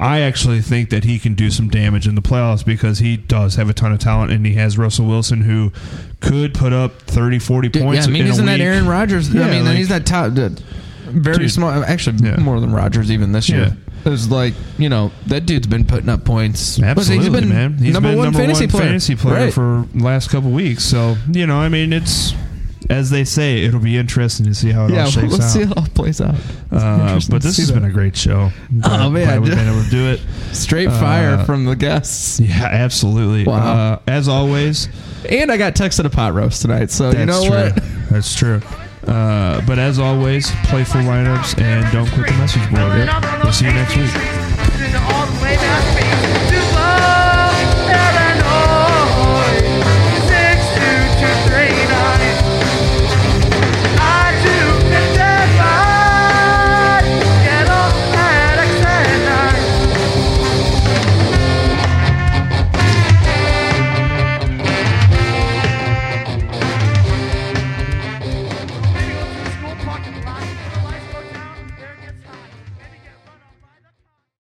S1: I actually think that he can do some damage in the playoffs because he does have a ton of talent and he has Russell Wilson who could put up 30 40
S2: Dude,
S1: points
S2: Yeah, I mean,
S1: in a
S2: isn't that
S1: week.
S2: Aaron Rodgers? I
S1: Yeah,
S2: mean,
S1: like-
S2: he's that top, dude, very
S1: Dude.
S2: small. Actually,
S1: Yeah.
S2: more than Rodgers even this year. It was like you know that dude's been putting up points.
S1: Absolutely,
S2: he's been
S1: man. He's
S2: number
S1: been
S2: one
S1: number
S2: fantasy
S1: one
S2: player,
S1: fantasy player
S2: Right.
S1: for last couple weeks. So you know, I mean, it's as they say, it'll be interesting to see how it
S2: yeah,
S1: all shakes
S2: let's
S1: out.
S2: see how it all plays out.
S1: Uh,
S2: Interesting
S1: but
S2: to
S1: this
S2: see
S1: has
S2: that.
S1: been a great show. Glad-
S2: man.
S1: glad we've been able to do it.
S2: Straight fire
S1: Uh,
S2: from the guests,
S1: Yeah, absolutely.
S2: Wow.
S1: Uh, as always,
S2: and I got texted a pot roast tonight. So
S1: that's
S2: you know
S1: true.
S2: what?
S1: That's true. Uh, but as always, playful lineups and don't quit the message board. We'll see you next week.
S10: All the way back, baby.